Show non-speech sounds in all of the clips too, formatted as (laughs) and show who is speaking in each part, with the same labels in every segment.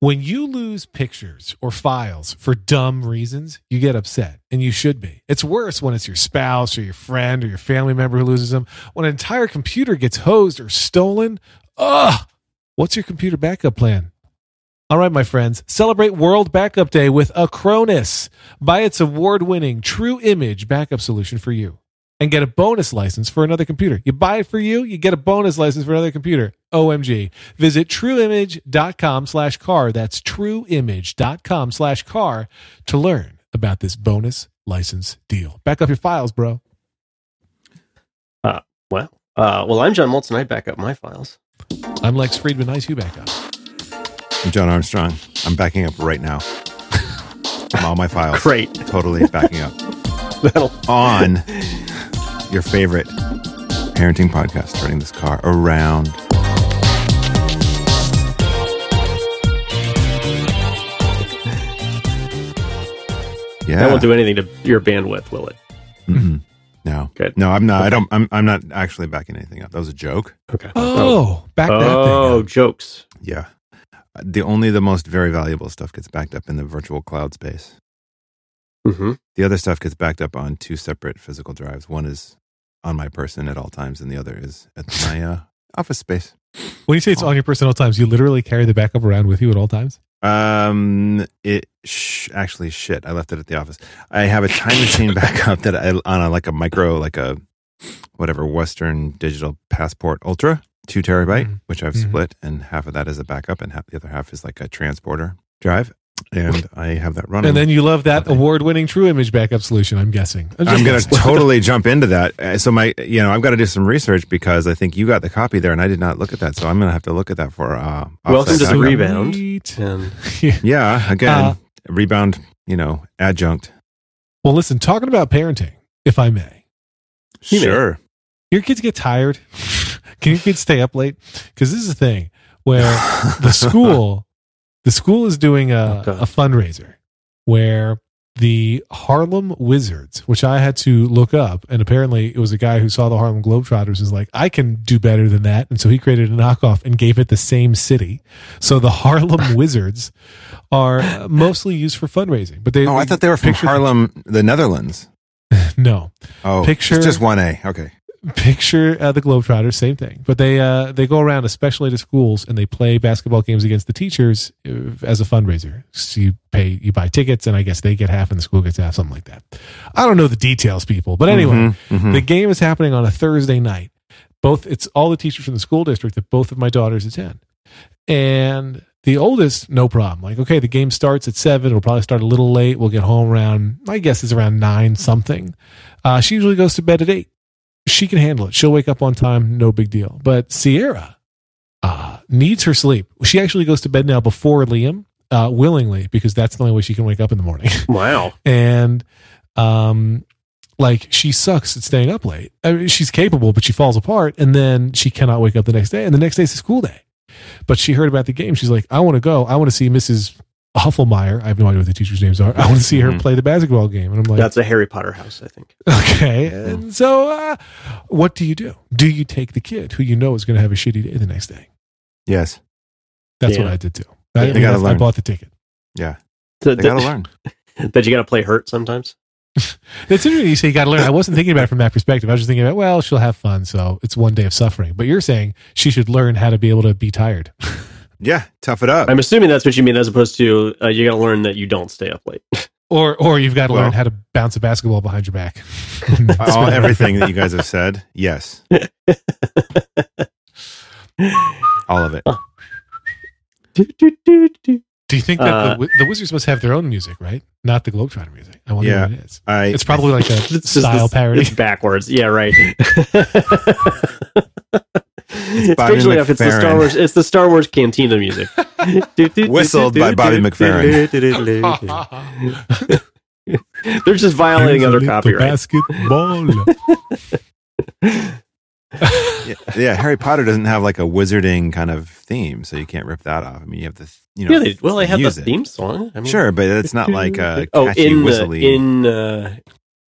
Speaker 1: When you lose pictures or files for dumb reasons, you get upset, and you should be. It's worse when it's your spouse or your friend or your family member who loses them. When an entire computer gets hosed or stolen, ugh, what's your computer backup plan? All right, my friends, celebrate World Backup Day with Acronis. Buy its award winning True Image backup solution for you and get a bonus license for another computer. You buy it for you, you get a bonus license for another computer. OMG. Visit trueimage.com slash car. That's trueimage.com slash car to learn about this bonus license deal. Back up your files, bro.
Speaker 2: Well, uh, well, I'm John Moltz, and I back up my files. (laughs)
Speaker 1: I'm Lex Friedman. Nice you back up.
Speaker 3: I'm John Armstrong. I'm backing up
Speaker 2: (laughs)
Speaker 3: right now. I'm all my files.
Speaker 2: Great.
Speaker 3: Totally backing up
Speaker 2: (laughs) That'll
Speaker 3: on your favorite parenting podcast, turning this car
Speaker 2: (laughs)
Speaker 3: around. Yeah.
Speaker 2: that won't do anything to your bandwidth, will it?
Speaker 3: Mhm. No.
Speaker 2: Good.
Speaker 3: No, I'm not. I don't. I'm. I'm not actually backing anything up. That was a joke.
Speaker 2: Okay.
Speaker 1: Oh, back that
Speaker 2: oh,
Speaker 1: thing up.
Speaker 2: jokes.
Speaker 3: Yeah. The only the most very valuable stuff gets backed up in the virtual cloud space.
Speaker 2: hmm
Speaker 3: The other stuff gets backed up on two separate physical drives. One is on my person at all times, and the other is at my uh, office space.
Speaker 1: When you say it's on your personal times, you literally carry the backup around with you at all times?
Speaker 3: Um, it sh- actually shit. I left it at the office. I have a time machine backup that I on a like a micro, like a whatever Western Digital Passport Ultra, two terabyte,
Speaker 1: Mhm.
Speaker 3: which I've
Speaker 1: Mhm.
Speaker 3: split, and half of that is a backup, and half the other half is like a transporter drive, and I have that running.
Speaker 1: And then you love that
Speaker 3: Okay.
Speaker 1: award winning True Image backup solution, I'm guessing.
Speaker 3: I'm going (laughs) to
Speaker 1: guessing.
Speaker 3: totally jump into that. Uh, So my, you know, I've got to do some research because I think you got the copy there, and I did not look at that. So I'm going to have to look at that for. Uh,
Speaker 2: Welcome to
Speaker 3: offsite
Speaker 2: the
Speaker 3: backup.
Speaker 2: rebound. And
Speaker 1: (laughs) Yeah.
Speaker 3: Yeah, again,
Speaker 1: Uh,
Speaker 3: rebound. You know, adjunct.
Speaker 1: Well, listen, talking about parenting, if I may,
Speaker 2: You may.
Speaker 3: Sure.
Speaker 1: your kids get tired. (laughs) Can your kids stay up late? Because this is the thing where (laughs)
Speaker 3: (laughs)
Speaker 1: the school, the school is doing a,
Speaker 2: Okay.
Speaker 1: a fundraiser where the Harlem Wizards, which I had to look up, and apparently it was a guy who saw the Harlem Globetrotters and was like, I can do better than that. And so he created a knockoff and gave it the same city. So the
Speaker 3: (laughs)
Speaker 1: Harlem Wizards are uh, mostly used for fundraising. But they
Speaker 3: Oh, I thought they were from
Speaker 1: Picture-
Speaker 3: Harlem, the Netherlands.
Speaker 1: no.
Speaker 3: Oh,
Speaker 1: Picture-
Speaker 3: it's just one A. Okay.
Speaker 1: picture uh, the Globetrotters, same thing. But they uh, they go around, especially to schools, and they play basketball games against the teachers uh, as a fundraiser. So you pay, you buy tickets, and I guess they get half, and the school gets half, something like that. I don't know the details, people, but anyway,
Speaker 3: Mhm, mhm.
Speaker 1: the game is happening on a Thursday night. Both it's all the teachers from the school district that both of my daughters attend. And the oldest, no problem. Like, okay, the game starts at seven. It'll probably start a little late. We'll get home around, I guess it's around nine something. Uh, she usually goes to bed at eight. She can handle it. She'll wake up on time, no big deal. But Sierra uh, needs her sleep. She actually goes to bed now before Liam, uh, willingly, because that's the only way she can wake up in the morning
Speaker 2: (laughs)
Speaker 1: (laughs)
Speaker 2: wow.
Speaker 1: and um like she sucks at staying up late I mean, she's capable but she falls apart and then she cannot wake up the next day and the next day's a school day but she heard about the game she's like i want to go i want to see mrs Huffelmeyer, I have no idea what the teachers' names are. I want to see her
Speaker 3: Mhm.
Speaker 1: play the basketball game, and I'm like,
Speaker 2: That's a Harry Potter house, I think.
Speaker 1: okay.
Speaker 3: Yeah.
Speaker 1: And so, uh, what do you do? Do you take the kid who you know is going to have a shitty day the next day?
Speaker 3: yes.
Speaker 1: That's
Speaker 2: Yeah.
Speaker 1: what I did too. I,
Speaker 2: They
Speaker 1: I mean,
Speaker 3: gotta
Speaker 1: that's- I
Speaker 3: learn.
Speaker 1: bought the ticket.
Speaker 3: Yeah.
Speaker 2: Th-
Speaker 3: They got to
Speaker 2: th-
Speaker 3: learn.
Speaker 2: (laughs) That you got to play hurt sometimes.
Speaker 1: That's interesting. You say you got to learn. I wasn't thinking about it from that perspective. I was just thinking about, well, she'll have fun, so it's one day of suffering. But you're saying she should learn how to be able to be tired. (laughs)
Speaker 3: Yeah. Tough it up.
Speaker 2: I'm assuming that's what you mean, as opposed to uh, you got to learn that you don't stay up late.
Speaker 1: Or or you've got to
Speaker 3: Well-
Speaker 1: learn how to bounce a basketball behind your
Speaker 2: (laughs)
Speaker 1: back. (laughs)
Speaker 3: All everything that you guys have said. Yes. All of it.
Speaker 1: (laughs) Do you think that
Speaker 2: Uh,
Speaker 1: the the, the Wizards must have their own music, right? Not the Globetrotter music. I wonder
Speaker 3: Yeah.
Speaker 1: what it is.
Speaker 3: I.
Speaker 1: It's probably like a
Speaker 2: It's just
Speaker 1: style
Speaker 2: (laughs) this-
Speaker 1: parody.
Speaker 2: It's backwards. Yeah, right. Especially if it's the Star
Speaker 3: McFerrin.
Speaker 2: Wars. It's the Star Wars cantina
Speaker 3: (laughs)
Speaker 2: music.
Speaker 3: Whistled by
Speaker 1: (laughs)
Speaker 3: Bobby
Speaker 2: McFerrin. (laughs) They're just violating
Speaker 1: Here's a
Speaker 2: other
Speaker 1: little
Speaker 2: copyright.
Speaker 1: Basketball.
Speaker 3: yeah, yeah, Harry Potter doesn't have like a wizarding kind of theme, so you can't rip that off. I mean, you have the th- you know.
Speaker 2: Yeah, they, well, they have the
Speaker 3: music.
Speaker 2: theme song. I mean,
Speaker 3: Sure, but it's not like a
Speaker 2: (laughs)
Speaker 3: catchy
Speaker 2: oh, in the,
Speaker 3: whistly.
Speaker 2: in uh,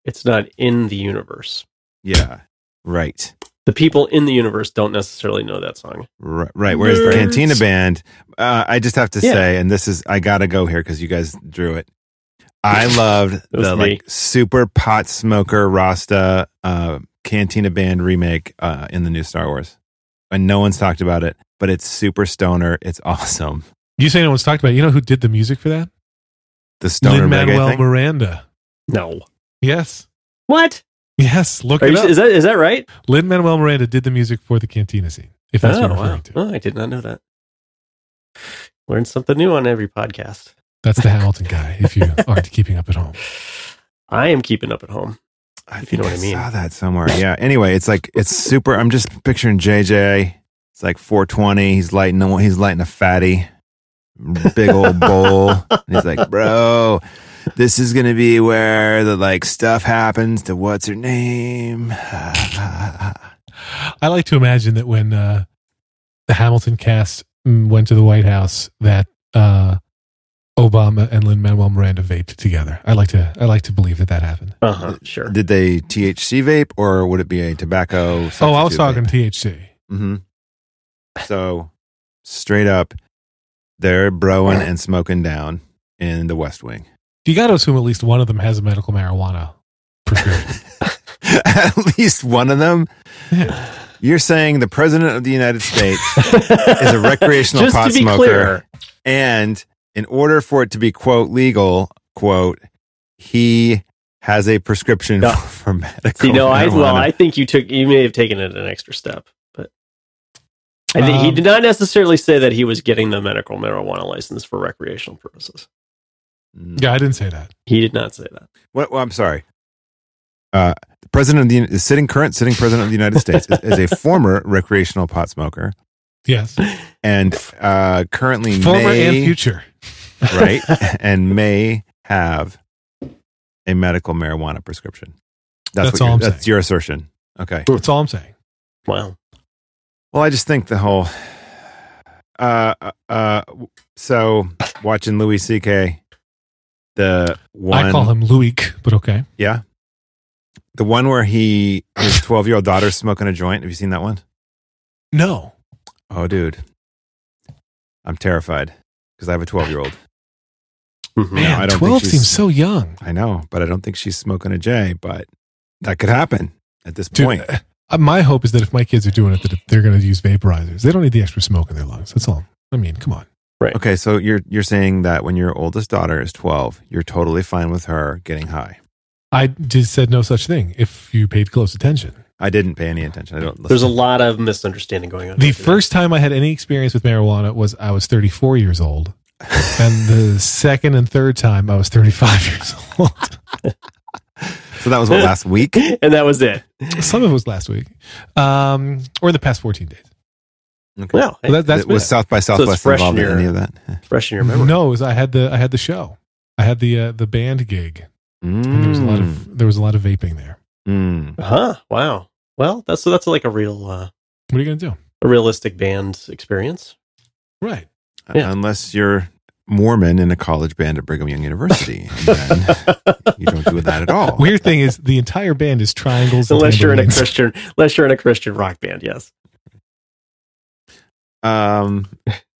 Speaker 2: it's not in the universe.
Speaker 3: yeah, right.
Speaker 2: the people in the universe don't necessarily know that song.
Speaker 3: Right. right. Whereas the
Speaker 2: Nerds.
Speaker 3: Cantina Band, uh, I just have to
Speaker 2: Yeah.
Speaker 3: say, and this is, I gotta go here because you guys drew it.
Speaker 2: (laughs)
Speaker 3: I loved
Speaker 2: That was
Speaker 3: the
Speaker 2: me.
Speaker 3: like super pot smoker Rasta uh, Cantina Band remake uh, in the new Star Wars, and no one's talked about it, but it's super stoner. It's (laughs) awesome.
Speaker 1: You say no one's talked about it. You know who did the music for that?
Speaker 3: The stoner
Speaker 1: Lin
Speaker 3: reggae
Speaker 1: Manuel
Speaker 3: thing.
Speaker 1: Miranda.
Speaker 2: No. Yes.
Speaker 1: Yes.
Speaker 2: What?
Speaker 1: Yes. Look
Speaker 2: Are
Speaker 1: it
Speaker 2: you,
Speaker 1: up.
Speaker 2: is that is that right?
Speaker 1: Lin Manuel Miranda did the music for the Cantina scene, if that's what
Speaker 2: oh,
Speaker 1: you're referring
Speaker 2: wow.
Speaker 1: to.
Speaker 2: oh, I did not know that. Learn something new on every podcast.
Speaker 1: That's the Hamilton guy, if
Speaker 3: (laughs)
Speaker 1: you aren't keeping up at home.
Speaker 2: I am keeping up at home.
Speaker 3: I
Speaker 2: if you
Speaker 3: think
Speaker 2: know
Speaker 3: I
Speaker 2: what I mean.
Speaker 3: saw that somewhere. Yeah. Anyway, it's like it's super. I'm just picturing JJ. It's like 420. He's lighting the he's lighting a fatty, big old bowl. and he's like, bro, this is gonna be where the like stuff happens to what's her name.
Speaker 1: I like to imagine that when uh, the Hamilton cast mm, went to the White House, that uh, Obama and Lin Manuel Miranda vaped together. I like to I like to believe that that happened.
Speaker 2: Uh huh. Sure.
Speaker 3: Did they THC vape or would it be a tobacco?
Speaker 1: Oh, I was talking THC.
Speaker 3: hmm So straight up, they're broing and smoking down in the West Wing.
Speaker 1: You got to assume at least one of them has a medical marijuana prescription.
Speaker 3: (laughs) At least one
Speaker 2: (laughs)
Speaker 3: of them.
Speaker 1: Yeah.
Speaker 3: You're saying the president of the United States, a
Speaker 2: (laughs)
Speaker 3: recreational
Speaker 2: Just
Speaker 3: pot
Speaker 2: to be
Speaker 3: smoker.
Speaker 2: Clear,
Speaker 1: (laughs)
Speaker 3: and in order for it to be quote legal, quote, he has a prescription
Speaker 2: Yeah.
Speaker 3: (laughs) for medical.
Speaker 2: See, no, I well,
Speaker 3: marijuana.
Speaker 2: I think you took you may have taken it an extra step, but I think he
Speaker 1: Um,
Speaker 2: did not necessarily say that he was getting the medical marijuana license for recreational purposes.
Speaker 3: Mm.
Speaker 1: yeah, I didn't say that.
Speaker 2: He did not say that.
Speaker 3: What, well, I'm sorry. Uh, the president of the the sitting current sitting president of the United States is, is a former recreational pot smoker
Speaker 1: Yes,
Speaker 3: and uh, currently
Speaker 1: former
Speaker 3: may,
Speaker 1: and future. (laughs)
Speaker 3: right and may have a medical marijuana prescription. That's,
Speaker 1: That's
Speaker 3: what
Speaker 1: all
Speaker 3: you're-
Speaker 1: I'm
Speaker 3: that's
Speaker 1: saying.
Speaker 3: your assertion. Okay.
Speaker 1: That's all I'm saying.
Speaker 2: Wow.
Speaker 3: Well, I just think the whole. Uh, uh, uh, so watching Louis C.K. The one
Speaker 1: I call him Luik, but okay.
Speaker 3: yeah, the one where he
Speaker 1: (sighs)
Speaker 3: his twelve year old daughter's smoking a joint. Have you seen that one?
Speaker 1: No,
Speaker 3: Oh, dude, I'm terrified because I have a twelve year old.
Speaker 2: Mhm.
Speaker 1: man,
Speaker 3: I don't think
Speaker 1: twelve
Speaker 3: she's-
Speaker 1: seems so young.
Speaker 3: I know, but I don't think she's smoking a J. But that could happen at this
Speaker 1: Dude,
Speaker 3: point.
Speaker 1: uh, my hope is that if my kids are doing it, that they're going to use vaporizers. They don't need the extra smoke in their lungs. That's all. I mean, come on.
Speaker 3: Okay, so you're you're saying that when your oldest daughter is twelve, you're totally fine with her getting high.
Speaker 1: I just said no such thing. If you paid close attention.
Speaker 3: I didn't pay any attention. I don't. Listen.
Speaker 2: There's a lot of misunderstanding going on.
Speaker 1: The
Speaker 2: over there.
Speaker 1: first time I had any experience with marijuana was I was 34 years old. And the second and third time I was 35 (laughs) years old.
Speaker 3: (laughs) So that was what
Speaker 1: (laughs)
Speaker 3: last week.
Speaker 2: and that was it.
Speaker 1: Some of it was last week um, or in the past 14 days.
Speaker 3: Okay.
Speaker 2: Well,
Speaker 1: So that, that's
Speaker 3: was
Speaker 1: been-
Speaker 3: South by Southwest
Speaker 2: fresh in
Speaker 3: involved in
Speaker 2: your-
Speaker 3: any of that?
Speaker 2: fresh in your memory.
Speaker 1: no, it was, I had the I had the show. I had the uh, the band gig. And there was a lot
Speaker 3: Mm.
Speaker 1: of there was a lot of vaping there.
Speaker 3: Mm.
Speaker 2: Huh. Wow. Well, that's so that's like a real uh,
Speaker 1: What are you going to do?
Speaker 2: a realistic band
Speaker 3: (laughs)
Speaker 2: experience.
Speaker 1: Right.
Speaker 2: Yeah.
Speaker 3: Unless you're Mormon in a college band at Brigham Young University, and then
Speaker 1: (laughs)
Speaker 3: you don't do that at all.
Speaker 1: Weird thing is the entire band is triangles. and
Speaker 2: unless you're in a
Speaker 1: tambourines.
Speaker 2: Christian, unless you're in a Christian rock band. Yes.
Speaker 3: Um,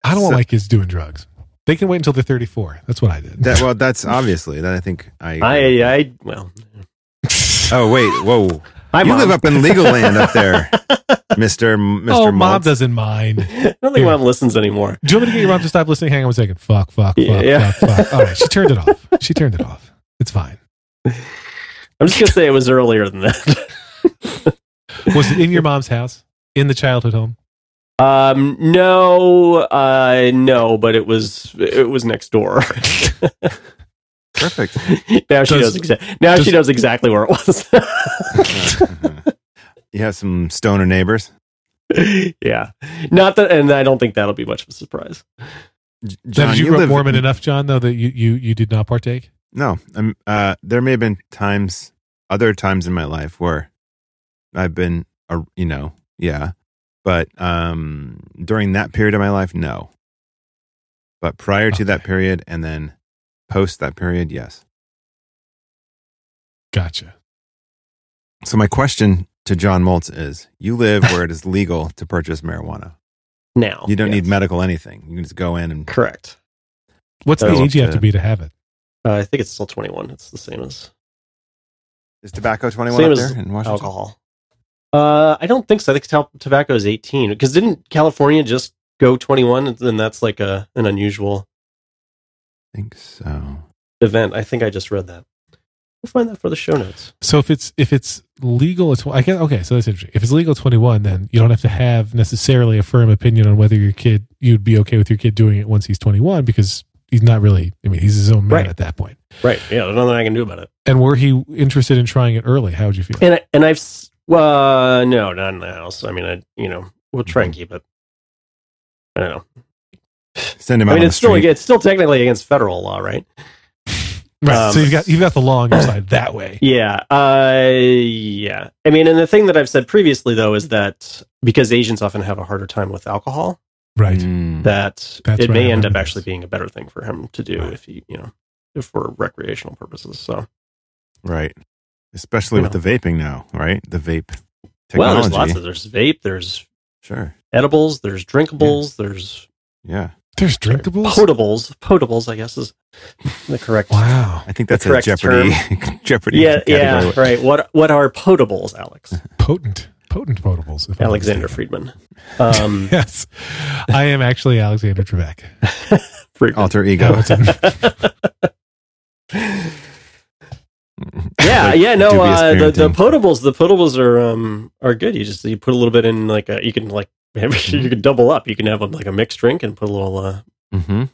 Speaker 1: I don't want
Speaker 3: So-
Speaker 1: my kids doing drugs. They can wait until they're 34. That's what I did.
Speaker 3: that, well, that's obviously that. I think I.
Speaker 2: I. I. Well.
Speaker 1: (laughs)
Speaker 3: oh wait, whoa!
Speaker 2: Hi,
Speaker 3: you
Speaker 2: Mom.
Speaker 3: live up in legal land up there, Mister
Speaker 1: oh,
Speaker 3: Mister
Speaker 1: mom doesn't mind.
Speaker 2: (laughs) I don't think
Speaker 1: Here.
Speaker 2: mom listens anymore.
Speaker 1: Do you want me to get your mom to stop listening? Hang on one second. Fuck, fuck, fuck,
Speaker 2: Yeah, yeah.
Speaker 1: fuck, fuck. All right, she turned it off. She turned it off. It's fine.
Speaker 2: I'm just gonna say it was earlier than that. (laughs)
Speaker 1: Was it in your mom's house? In the childhood home?
Speaker 2: Um, no, uh, no, but it was it was next door. (laughs)
Speaker 3: Perfect.
Speaker 2: now
Speaker 1: Does-
Speaker 2: she knows exactly. Now she
Speaker 1: does-
Speaker 2: knows exactly where it was. (laughs)
Speaker 3: (laughs) you have some stoner neighbors.
Speaker 2: yeah, not that, and I don't think that'll be much of a surprise.
Speaker 3: J-
Speaker 1: Now,
Speaker 3: John,
Speaker 1: did you,
Speaker 3: you
Speaker 1: grow up
Speaker 3: live-
Speaker 1: Mormon enough, John, though, that you, you, you did not partake?
Speaker 3: No, um, uh, there may have been times, other times in my life where I've been, a, you know, yeah, but um, during that period of my life, no. But prior to that
Speaker 1: Okay.
Speaker 3: period, and then post that period, yes.
Speaker 1: Gotcha.
Speaker 3: So my question to John Moltz is you live where
Speaker 1: (laughs)
Speaker 3: it is legal to purchase marijuana.
Speaker 2: Now
Speaker 3: You don't
Speaker 2: yes.
Speaker 3: need medical anything. You can just go in and
Speaker 2: correct.
Speaker 1: What's the
Speaker 2: Oh,
Speaker 1: age you have
Speaker 3: okay.
Speaker 1: to be to have it?
Speaker 2: Uh, I think it's still twenty one. It's the same as
Speaker 3: is tobacco twenty one
Speaker 2: Same
Speaker 3: up
Speaker 2: as
Speaker 3: there in Washington?
Speaker 2: alcohol. Uh, I don't think so. I think to- tobacco is eighteen because didn't California just go twenty one? And then that's like a an unusual
Speaker 3: I think so.
Speaker 2: event. I think I just read that. We'll find that for the show notes.
Speaker 1: So if it's if it's legal at tw- I guess okay, so that's interesting. If it's legal at 21, then you don't have to have necessarily a firm opinion on whether your kid you'd be okay with your kid doing it once he's 21 because he's not really. I mean, he's his own man
Speaker 2: Right.
Speaker 1: at that point.
Speaker 2: Right. Yeah. There's nothing I can do about it.
Speaker 1: And were he interested in trying it early, how would you feel?
Speaker 2: And I, and I've s- well, no, not in the house. I mean, I you know we'll try and keep it. I don't know.
Speaker 3: Send him out
Speaker 2: I mean,
Speaker 3: on
Speaker 2: it's
Speaker 3: the
Speaker 2: still
Speaker 3: street.
Speaker 2: it's still technically against federal law, right?
Speaker 1: Right.
Speaker 2: Um,
Speaker 1: so you've got you've got the law on your side that
Speaker 2: (clears throat)
Speaker 1: way.
Speaker 2: Yeah. Uh, yeah. I mean, and the thing that I've said previously though is that because Asians often have a harder time with alcohol,
Speaker 1: Right.
Speaker 3: Mm.
Speaker 2: that
Speaker 1: That's
Speaker 2: it
Speaker 1: right, I
Speaker 2: may end up
Speaker 1: remember
Speaker 2: actually
Speaker 1: this.
Speaker 2: being a better thing for him to do
Speaker 1: Right.
Speaker 2: if he, you know, if for recreational purposes. So,
Speaker 3: Right. Especially with the vaping now, right? The vape technology.
Speaker 2: well, there's lots of there's vape, there's
Speaker 3: sure.
Speaker 2: edibles, there's drinkables, there's
Speaker 3: Yeah.
Speaker 1: There's drinkables.
Speaker 2: potables. Potables, I guess, is the correct.
Speaker 1: Wow.
Speaker 3: I think that's a
Speaker 2: correct
Speaker 3: Jeopardy (laughs) Jeopardy
Speaker 2: Yeah,
Speaker 3: category.
Speaker 2: yeah, right. What what are potables,
Speaker 1: (laughs)
Speaker 2: Alex?
Speaker 1: Oh, Potent. Potent potables. if I'm not
Speaker 2: Alexander
Speaker 1: mistaken.
Speaker 2: Friedman. Um, (laughs)
Speaker 1: Yes. I am actually Alexander Trebek.
Speaker 2: Friedman. (laughs)
Speaker 3: Alter ego. (laughs)
Speaker 1: Hamilton.
Speaker 2: yeah,
Speaker 3: (laughs) Like
Speaker 2: yeah, no,
Speaker 3: dubious
Speaker 2: uh, the, the
Speaker 3: parenting.
Speaker 2: potables, the potables are um are good. You just you put a little bit in like a, you can like (laughs) you can double up. You can have um, like a mixed drink and put a little uh,
Speaker 3: hmm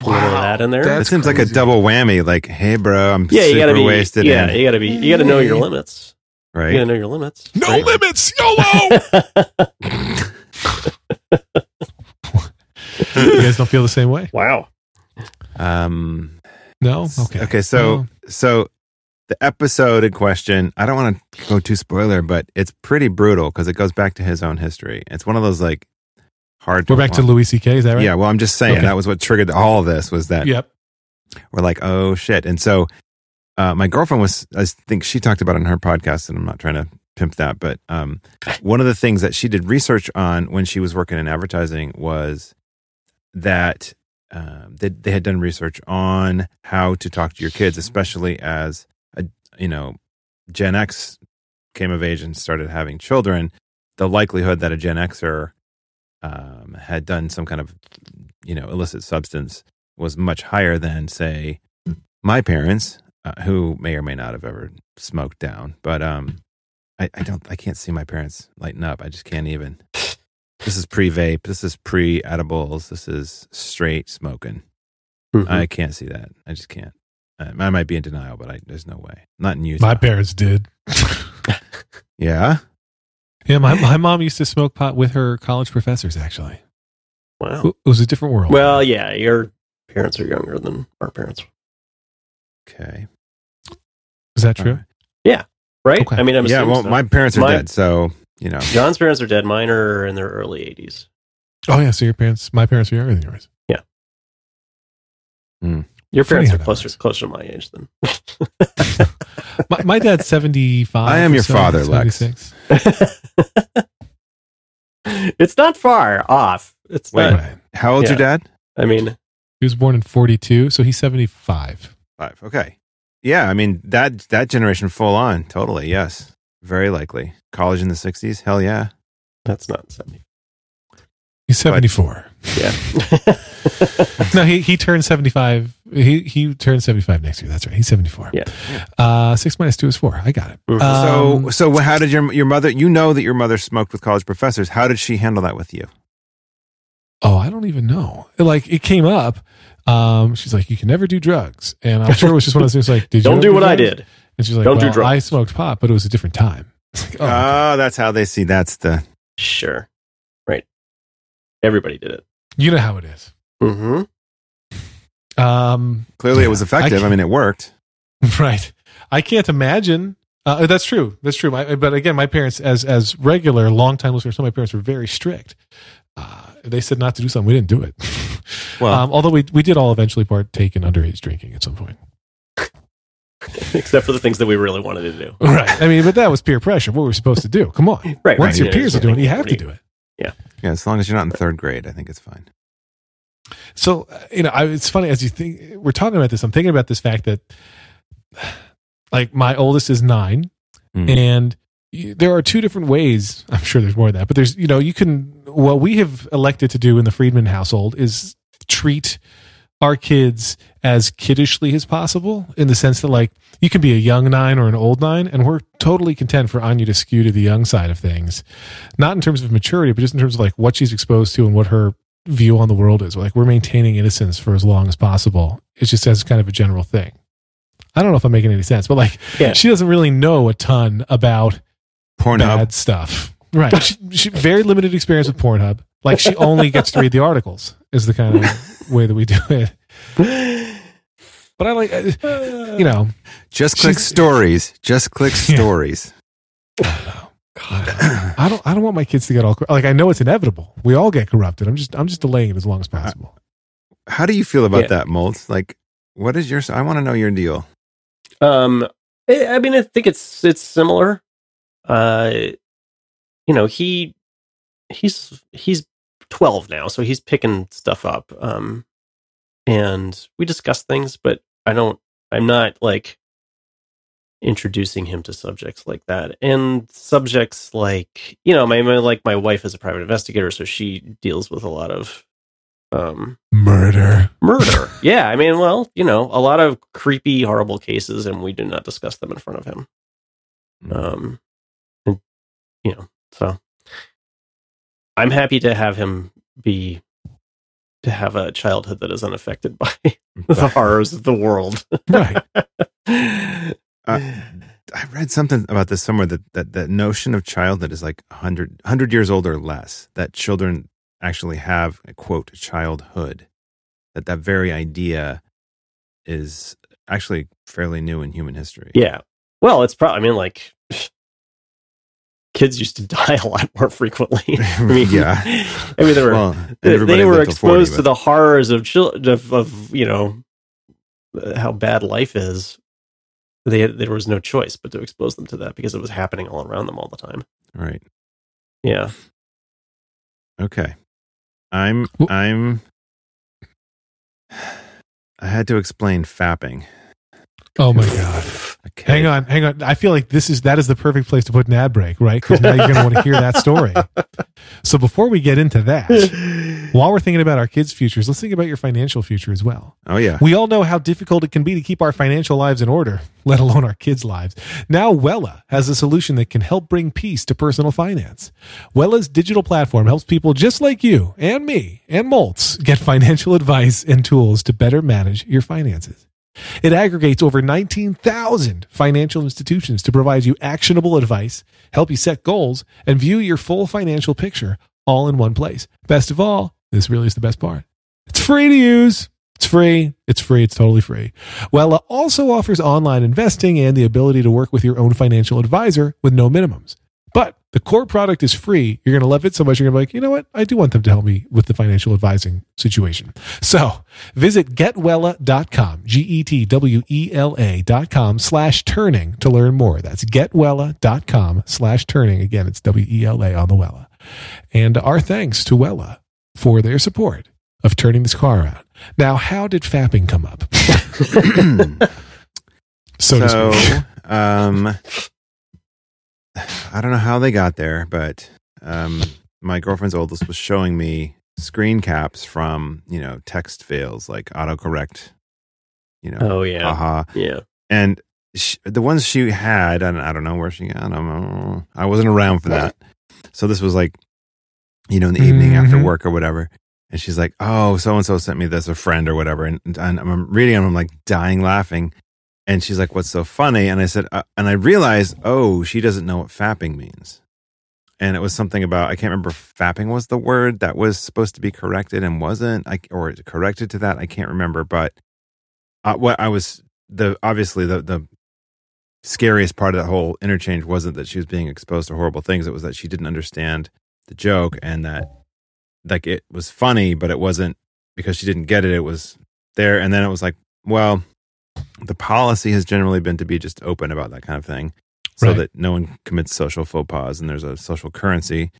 Speaker 2: put a little of that in there.
Speaker 1: That's
Speaker 3: It seems like a
Speaker 1: crazy.
Speaker 3: double whammy. Like, hey, bro, I'm
Speaker 2: yeah, you
Speaker 3: super
Speaker 2: gotta be
Speaker 3: wasted.
Speaker 2: yeah,
Speaker 3: and-
Speaker 2: you gotta be you gotta know your limits. You gotta
Speaker 3: right.
Speaker 2: know your limits.
Speaker 1: No
Speaker 2: right?
Speaker 1: limits.
Speaker 2: (laughs)
Speaker 1: YOLO. you guys don't feel the same way?
Speaker 2: wow.
Speaker 3: Um.
Speaker 1: No? Oh, Okay. Oh.
Speaker 3: Okay. So, so the episode in question. I don't want to go too spoiler, but it's pretty brutal because it goes back to his own history. It's one of those like hard.
Speaker 1: We're back to Louis C.K., is that right?
Speaker 3: Yeah. Well, I'm just saying
Speaker 1: Okay.
Speaker 3: that was what triggered all of this. Was that
Speaker 1: Yep.
Speaker 3: we're like, oh shit. And so uh, my girlfriend was, I think she talked about it on her podcast, and I'm not trying to pimp that, but um, one of the things that she did research on when she was working in advertising was that um, they, they had done research on how to talk to your kids, especially as a, you know, Gen X came of age and started having children. The likelihood that a Gen Xer um, had done some kind of, you know, illicit substance was much higher than say my parents uh, who may or may not have ever smoked down but um I, I don't i can't see my parents lighten up i just can't even this is pre-vape this is pre-edibles this is straight smoking i can't see that i just can't i, I might be in denial but I, there's no way not in Utah.
Speaker 1: My parents did. (laughs)
Speaker 3: yeah
Speaker 1: yeah, my, my mom used to smoke pot with her college professors, actually.
Speaker 2: wow.
Speaker 3: Oh.
Speaker 1: It was a different world.
Speaker 2: Well, yeah, your parents are younger than our parents,
Speaker 3: okay
Speaker 1: is that true?
Speaker 3: All right.
Speaker 2: right?
Speaker 1: Okay.
Speaker 2: I mean, I'm
Speaker 3: yeah
Speaker 2: assuming
Speaker 3: well
Speaker 2: so.
Speaker 3: my parents are
Speaker 2: My-
Speaker 3: dead so you know
Speaker 2: John's parents are dead. Mine are in their early 80s.
Speaker 1: Oh, yeah. So your parents, my parents are younger than yours.
Speaker 2: Your
Speaker 1: Funny
Speaker 2: parents
Speaker 1: how
Speaker 2: are
Speaker 1: that
Speaker 2: closer
Speaker 1: works.
Speaker 2: closer to my age than.
Speaker 1: My, my dad's (laughs) 75.
Speaker 3: I am
Speaker 1: or
Speaker 3: your
Speaker 1: so,
Speaker 3: father, Lex.
Speaker 1: 76.
Speaker 2: (laughs) it's not far off. It's
Speaker 3: Wait.
Speaker 2: not.
Speaker 1: Right.
Speaker 3: how old's your dad
Speaker 2: I mean,
Speaker 1: He was born in 42, so he's 75.
Speaker 3: Five. Okay. Yeah, I mean that that generation full on, totally. Yes, very likely. College in the '60s, hell yeah.
Speaker 2: that's not seventy.
Speaker 1: He's
Speaker 3: (laughs)
Speaker 1: 74.
Speaker 2: (laughs) Yeah.
Speaker 1: no, he, he turned 75. He, he turned 75 next year. That's right. He's 74.
Speaker 2: Yeah.
Speaker 1: Uh, six minus two is four. I got it.
Speaker 2: Mhm.
Speaker 1: Um,
Speaker 3: so so how did your your mother? You know that your mother smoked with college professors. How did she handle that with you?
Speaker 1: oh, I don't even know. Like it came up. Um, she's like, you can never do drugs, and I'm sure it was just one of those things. Like, did you
Speaker 2: Don't
Speaker 1: ever
Speaker 2: do what I
Speaker 1: drugs?
Speaker 2: did.
Speaker 1: And she's like,
Speaker 2: Don't do
Speaker 1: well,
Speaker 2: drugs. Ah.
Speaker 1: I smoked pot, but it was a different time. (laughs) It's like,
Speaker 3: Oh,
Speaker 1: oh,
Speaker 3: that's how they see. That's the
Speaker 2: Sure. Right. Everybody did it.
Speaker 1: you know how it is.
Speaker 2: Mm-hmm.
Speaker 1: Um, (laughs)
Speaker 3: clearly it was
Speaker 1: Yeah, I
Speaker 3: effective. I,
Speaker 1: can't-
Speaker 3: mean, it worked.
Speaker 1: Right. I can't imagine. Uh, that's true. That's true. My, but again, my parents, as as regular longtime listeners, some of my parents were very strict. Uh, they said not to do something. We didn't do it. (laughs)
Speaker 3: Well-
Speaker 1: um, although we we did all eventually partake in underage drinking at some point.
Speaker 2: except for the things that we really wanted to do.
Speaker 1: Right. I mean, but that was peer pressure. What we were supposed to do. Come on.
Speaker 2: Right.
Speaker 1: Once your
Speaker 2: yeah,
Speaker 1: peers are
Speaker 2: yeah.
Speaker 1: doing it, you have to do it.
Speaker 3: Yeah, as long as you're not in third grade, I think it's fine.
Speaker 1: So uh, you know, I, it's funny as you think we're talking about this. I'm thinking about this fact that, (sighs) like, my oldest is nine,
Speaker 3: Mm.
Speaker 1: and y- there are two different ways. I'm sure there's more of that, but there's you know, you can. What we have elected to do in the Friedman household is treat our kids as kiddishly as possible in the sense that like you can be a young nine or an old nine and we're totally content for anya to skew to the young side of things not in terms of maturity but just in terms of like what she's exposed to and what her view on the world is. Like we're maintaining innocence for as long as possible. It's just as kind of a general thing. I don't know if I'm making any sense, but like
Speaker 2: Yeah.
Speaker 1: she doesn't really know a ton about
Speaker 3: Pornhub.
Speaker 1: bad stuff. Right. she, she very limited experience with Pornhub. Like she only gets to read the articles is the kind of way that we do it. But I like
Speaker 2: (laughs)
Speaker 1: uh, you know,
Speaker 3: Just click
Speaker 1: She's-
Speaker 3: stories. Just click
Speaker 1: (laughs) Yeah.
Speaker 3: stories. (clears throat)
Speaker 1: God, I don't I don't want my kids to get all cor- like I know it's inevitable. We all get corrupted. I'm just I'm just delaying it as long as possible.
Speaker 3: How do you feel about
Speaker 2: Yeah.
Speaker 3: that, Moltz? Like, what is your? I want to know
Speaker 2: (laughs)
Speaker 3: your deal.
Speaker 2: Um, I I mean, I think it's it's similar. Uh, you know, he he's he's twelve now, so he's picking stuff up. Um, and we discuss things, but I don't. I'm not like introducing him to subjects like that, and subjects like you know, my, my like my wife is a private investigator, so she deals with a lot of um
Speaker 1: Murder.
Speaker 2: murder. (laughs) yeah, I mean, well, you know, a lot of creepy, horrible cases, and we do not discuss them in front of him. Um, and, you know, so I'm happy to have him be to have a childhood that is unaffected (laughs) by the horrors of the world.
Speaker 1: Right. (laughs)
Speaker 3: Uh, I read something about this somewhere that that that notion of childhood is like 100, 100 years old or less. That children actually have quote childhood. That that very idea is actually fairly new in human history.
Speaker 2: (laughs)
Speaker 3: (laughs)
Speaker 2: yeah. Well, it's probably. I mean, like. (sighs) Kids used to (laughs) die a lot more frequently. I mean,
Speaker 3: Yeah.
Speaker 2: I mean, there were
Speaker 3: Well,
Speaker 2: they,
Speaker 3: everybody
Speaker 2: they were
Speaker 3: lived till 40,
Speaker 2: exposed
Speaker 3: but-
Speaker 2: to the horrors of, chil- of of you know uh, how bad life is. They there was no choice but to expose them to that because it was happening all around them all the time.
Speaker 3: right.
Speaker 2: Yeah,
Speaker 3: Okay. I'm
Speaker 1: Wh-
Speaker 3: I'm (sighs) I had to explain fapping.
Speaker 1: Oh my god.
Speaker 3: Okay.
Speaker 1: Hang on, hang on. I feel like this is that is the perfect place to put an ad break, right? Because now you're going to want to hear that story. So before we get into that, while we're thinking about our kids' futures, let's think about your financial future as well.
Speaker 3: Oh yeah. (clears throat)
Speaker 1: We all know how difficult it can be to keep our financial lives in order, let alone our kids' lives. Now, Wella has a solution that can help bring peace to personal finance. Wella's digital platform helps people just like you and me and Moltz get (laughs) financial advice and tools to better manage your finances. It aggregates over 19,000 financial institutions to provide you actionable advice, help you set goals, and view your full financial picture all in one place. Best of all, this really is the best part. It's free to use. It's free. It's free. It's totally free. Wella also offers online investing and the ability to work with your own financial advisor with no minimums. But the core product is free. You're going to love it so much. You're going to be like, you know what? I do want them to help me with the financial advising situation. So visit getwella.com, G E T W E L A.com slash turning to learn more. That's getwella.com slash turning. Again, it's W E L A on the Wella. And our thanks to Wella for their support of turning this car around. Now, how did fapping come up? So, to
Speaker 3: so
Speaker 1: speak.
Speaker 3: um I don't know how they got there, but um my girlfriend's oldest was showing me screen caps from, you know, text fails like autocorrect, you know,
Speaker 2: oh yeah,
Speaker 3: aha.
Speaker 2: yeah.
Speaker 3: and sh the ones she had, and I don't know where she got them. I wasn't around for that, so this was like, you know, in the evening after
Speaker 1: Mhm.
Speaker 3: work or whatever. And she's like, "Oh, so and so sent me this, a friend or whatever." And, and I'm reading, and I'm like dying laughing. And she's like, "What's so funny?" And I said, uh, and I realized, oh, she doesn't know what fapping means. And it was something about I can't remember if fapping was the word that was supposed to be corrected and wasn't, I, or corrected to that. I can't remember, but uh, what I was the obviously the the scariest part of that whole interchange wasn't that she was being exposed to horrible things it was that she didn't understand the joke and that like it was funny but it wasn't because she didn't get it it was there and then it was like well the policy has generally been to be just open about that kind of thing so
Speaker 1: Right.
Speaker 3: that no one commits social faux pas and there's a social currency.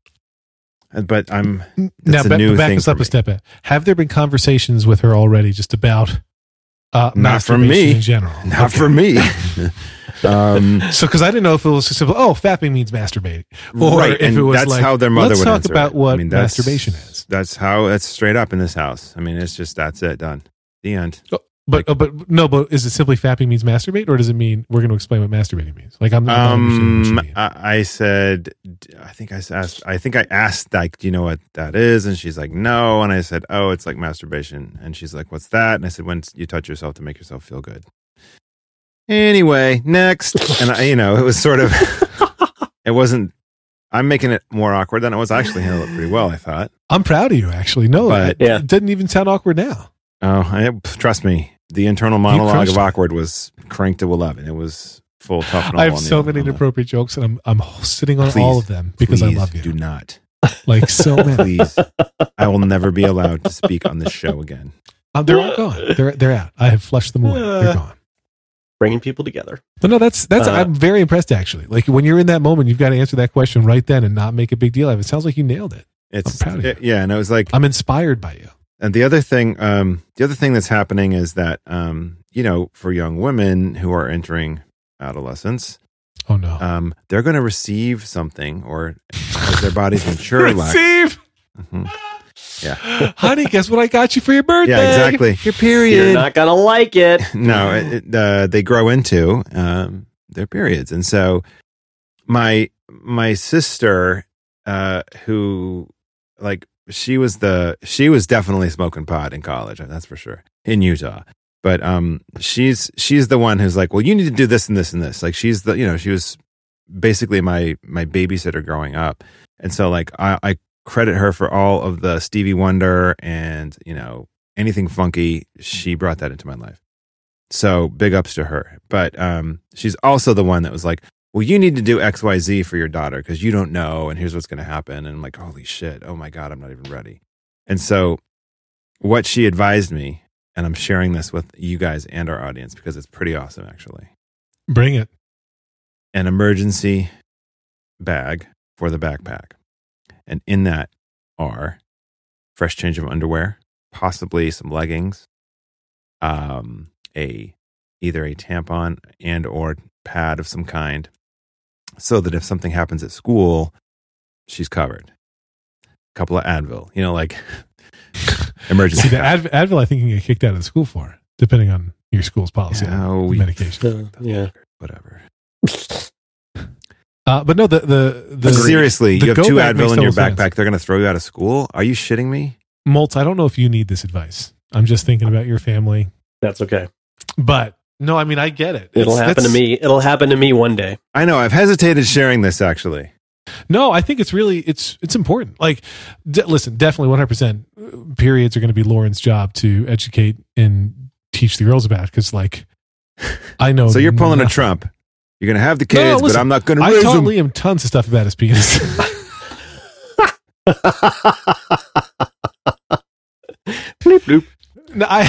Speaker 3: Uh, But I'm (laughs)
Speaker 1: now
Speaker 3: a
Speaker 1: ba-
Speaker 3: new
Speaker 1: back
Speaker 3: thing
Speaker 1: us up a
Speaker 3: for me.
Speaker 1: step. Ed. Have there been conversations with her already just about uh,
Speaker 3: Not for
Speaker 1: masturbation
Speaker 3: me.
Speaker 1: in general?
Speaker 3: not
Speaker 1: Okay.
Speaker 3: for
Speaker 1: (laughs)
Speaker 3: me. um,
Speaker 1: So, because I didn't know if it was just simple. Oh, fapping means masturbating. Or
Speaker 3: right,
Speaker 1: if
Speaker 3: and
Speaker 1: it was
Speaker 3: that's
Speaker 1: like,
Speaker 3: how their mother
Speaker 1: let's
Speaker 3: would
Speaker 1: talk
Speaker 3: answer
Speaker 1: about
Speaker 3: it.
Speaker 1: what
Speaker 3: I mean, that's-
Speaker 1: masturbation is.
Speaker 3: That's how. That's straight up in this house. I mean, it's just that's it. Done. The end.
Speaker 1: But oh, but no, but is it simply fapping means masturbate, or does it mean we're going to explain what masturbating means? Like I'm not understanding what you
Speaker 3: Um,
Speaker 1: mean.
Speaker 3: I, I said, I think I s- asked. I think I asked like, do you know what that is? And she's like, no. And I said, oh, it's like masturbation. And she's like, what's that? And I said, when you touch yourself to make yourself feel good. Anyway, next. and I, you know, it was sort of. (laughs) it wasn't. I'm making it more awkward than it was. I actually handled it pretty well. I thought.
Speaker 1: I'm proud of you, actually. No,
Speaker 3: But-
Speaker 1: it,
Speaker 2: Yeah.
Speaker 1: it doesn't even sound awkward now.
Speaker 3: Oh, I, trust me. The internal monologue
Speaker 1: crushed
Speaker 3: of
Speaker 1: it.
Speaker 3: awkward was cranked to eleven. It was full tough. And all
Speaker 1: I have
Speaker 3: on the
Speaker 1: so
Speaker 3: other
Speaker 1: many
Speaker 3: one.
Speaker 1: inappropriate jokes, and I'm I'm sitting on
Speaker 3: Please,
Speaker 1: all of them because
Speaker 3: Please
Speaker 1: I love you,
Speaker 3: Do not,
Speaker 1: (laughs) like so many.
Speaker 3: please. I will never
Speaker 1: (laughs)
Speaker 3: be allowed to speak on this show again.
Speaker 1: Um, they're all gone. They're they're out. I have flushed them away. They're gone.
Speaker 2: bringing people together.
Speaker 1: But no, that's that's.
Speaker 2: Uh,
Speaker 1: I'm very impressed, actually. Like when you're in that moment, you've got to answer that question right then and not make a big deal out of it. Sounds like you nailed it.
Speaker 3: It's
Speaker 1: I'm proud of you.
Speaker 3: it- yeah, and it was like,
Speaker 1: I'm inspired by you.
Speaker 3: and the other thing, um, the other thing that's happening is that, um, you know, for young women who are entering adolescence,
Speaker 1: Oh no.
Speaker 3: um, they're going to receive something, or as
Speaker 1: (laughs)
Speaker 3: their bodies mature, like
Speaker 1: Receive. (laughs)
Speaker 3: Mhm.
Speaker 1: Honey, guess what I got you for your birthday?
Speaker 3: yeah, exactly. Your period.
Speaker 2: You're not gonna like it. (laughs)
Speaker 3: (laughs) no, it, it, uh, they grow into um, their periods, and so my my sister, uh, who like she was the she was definitely smoking pot in college, that's for sure, in Utah. But um, she's she's the one who's like, well, you need to do this and this and this. Like she's the you know she was basically my my babysitter growing up, and so like I, I credit her for all of the Stevie Wonder and you know anything funky. She brought that into my life. So big ups to her. But um, she's also the one that was like, well, you need to do XYZ for your daughter because you don't know. And here's what's going to happen. And I'm like, holy shit. Oh my God, I'm not even ready. And so what she advised me, and I'm sharing this with you guys and our audience because it's pretty awesome, actually
Speaker 1: Bring
Speaker 2: (laughs)
Speaker 1: it.
Speaker 3: an emergency bag for the backpack. And in that are fresh change of underwear, possibly some leggings, um, a either a tampon and or pad of some kind, so that if something happens at school, she's covered. A couple of Advil, you know, like (laughs)
Speaker 1: See,
Speaker 3: emergency.
Speaker 1: the
Speaker 3: pack.
Speaker 1: Adv- Advil, I think you can get kicked out of the school for, depending on your school's policy
Speaker 3: Oh,
Speaker 1: on
Speaker 2: (laughs)
Speaker 3: we-
Speaker 1: medication.
Speaker 2: Uh, yeah.
Speaker 3: whatever.
Speaker 1: Uh, but no, the the the
Speaker 3: But seriously,
Speaker 1: the
Speaker 3: you have
Speaker 1: go
Speaker 3: two
Speaker 1: bag makes
Speaker 3: Advil in your
Speaker 1: total sense.
Speaker 3: backpack. They're going to throw you out of school. Are you shitting me?
Speaker 1: Moltz, I don't know if you need this advice. I'm just thinking about your family,
Speaker 2: That's okay.
Speaker 1: but no, I mean I get it.
Speaker 2: It'll
Speaker 1: It's-
Speaker 2: happen to
Speaker 1: that's-
Speaker 2: me. It'll happen to me one day.
Speaker 3: I know. I've hesitated sharing this actually.
Speaker 1: No, I think it's really it's it's important. Like, de- listen, definitely 100. percent uh, Periods are going to be Lauren's job to educate and teach the girls about because, like, I Oh, know.
Speaker 3: (laughs) so you're pulling a
Speaker 1: nothing.
Speaker 3: Trump. You're gonna have the
Speaker 1: No,
Speaker 3: kids, but
Speaker 1: listen,
Speaker 3: I'm not gonna
Speaker 1: I
Speaker 3: raise
Speaker 1: taught
Speaker 3: them.
Speaker 1: Liam tons of stuff about his penis. (laughs)
Speaker 2: Bloop, bloop.
Speaker 1: No, I,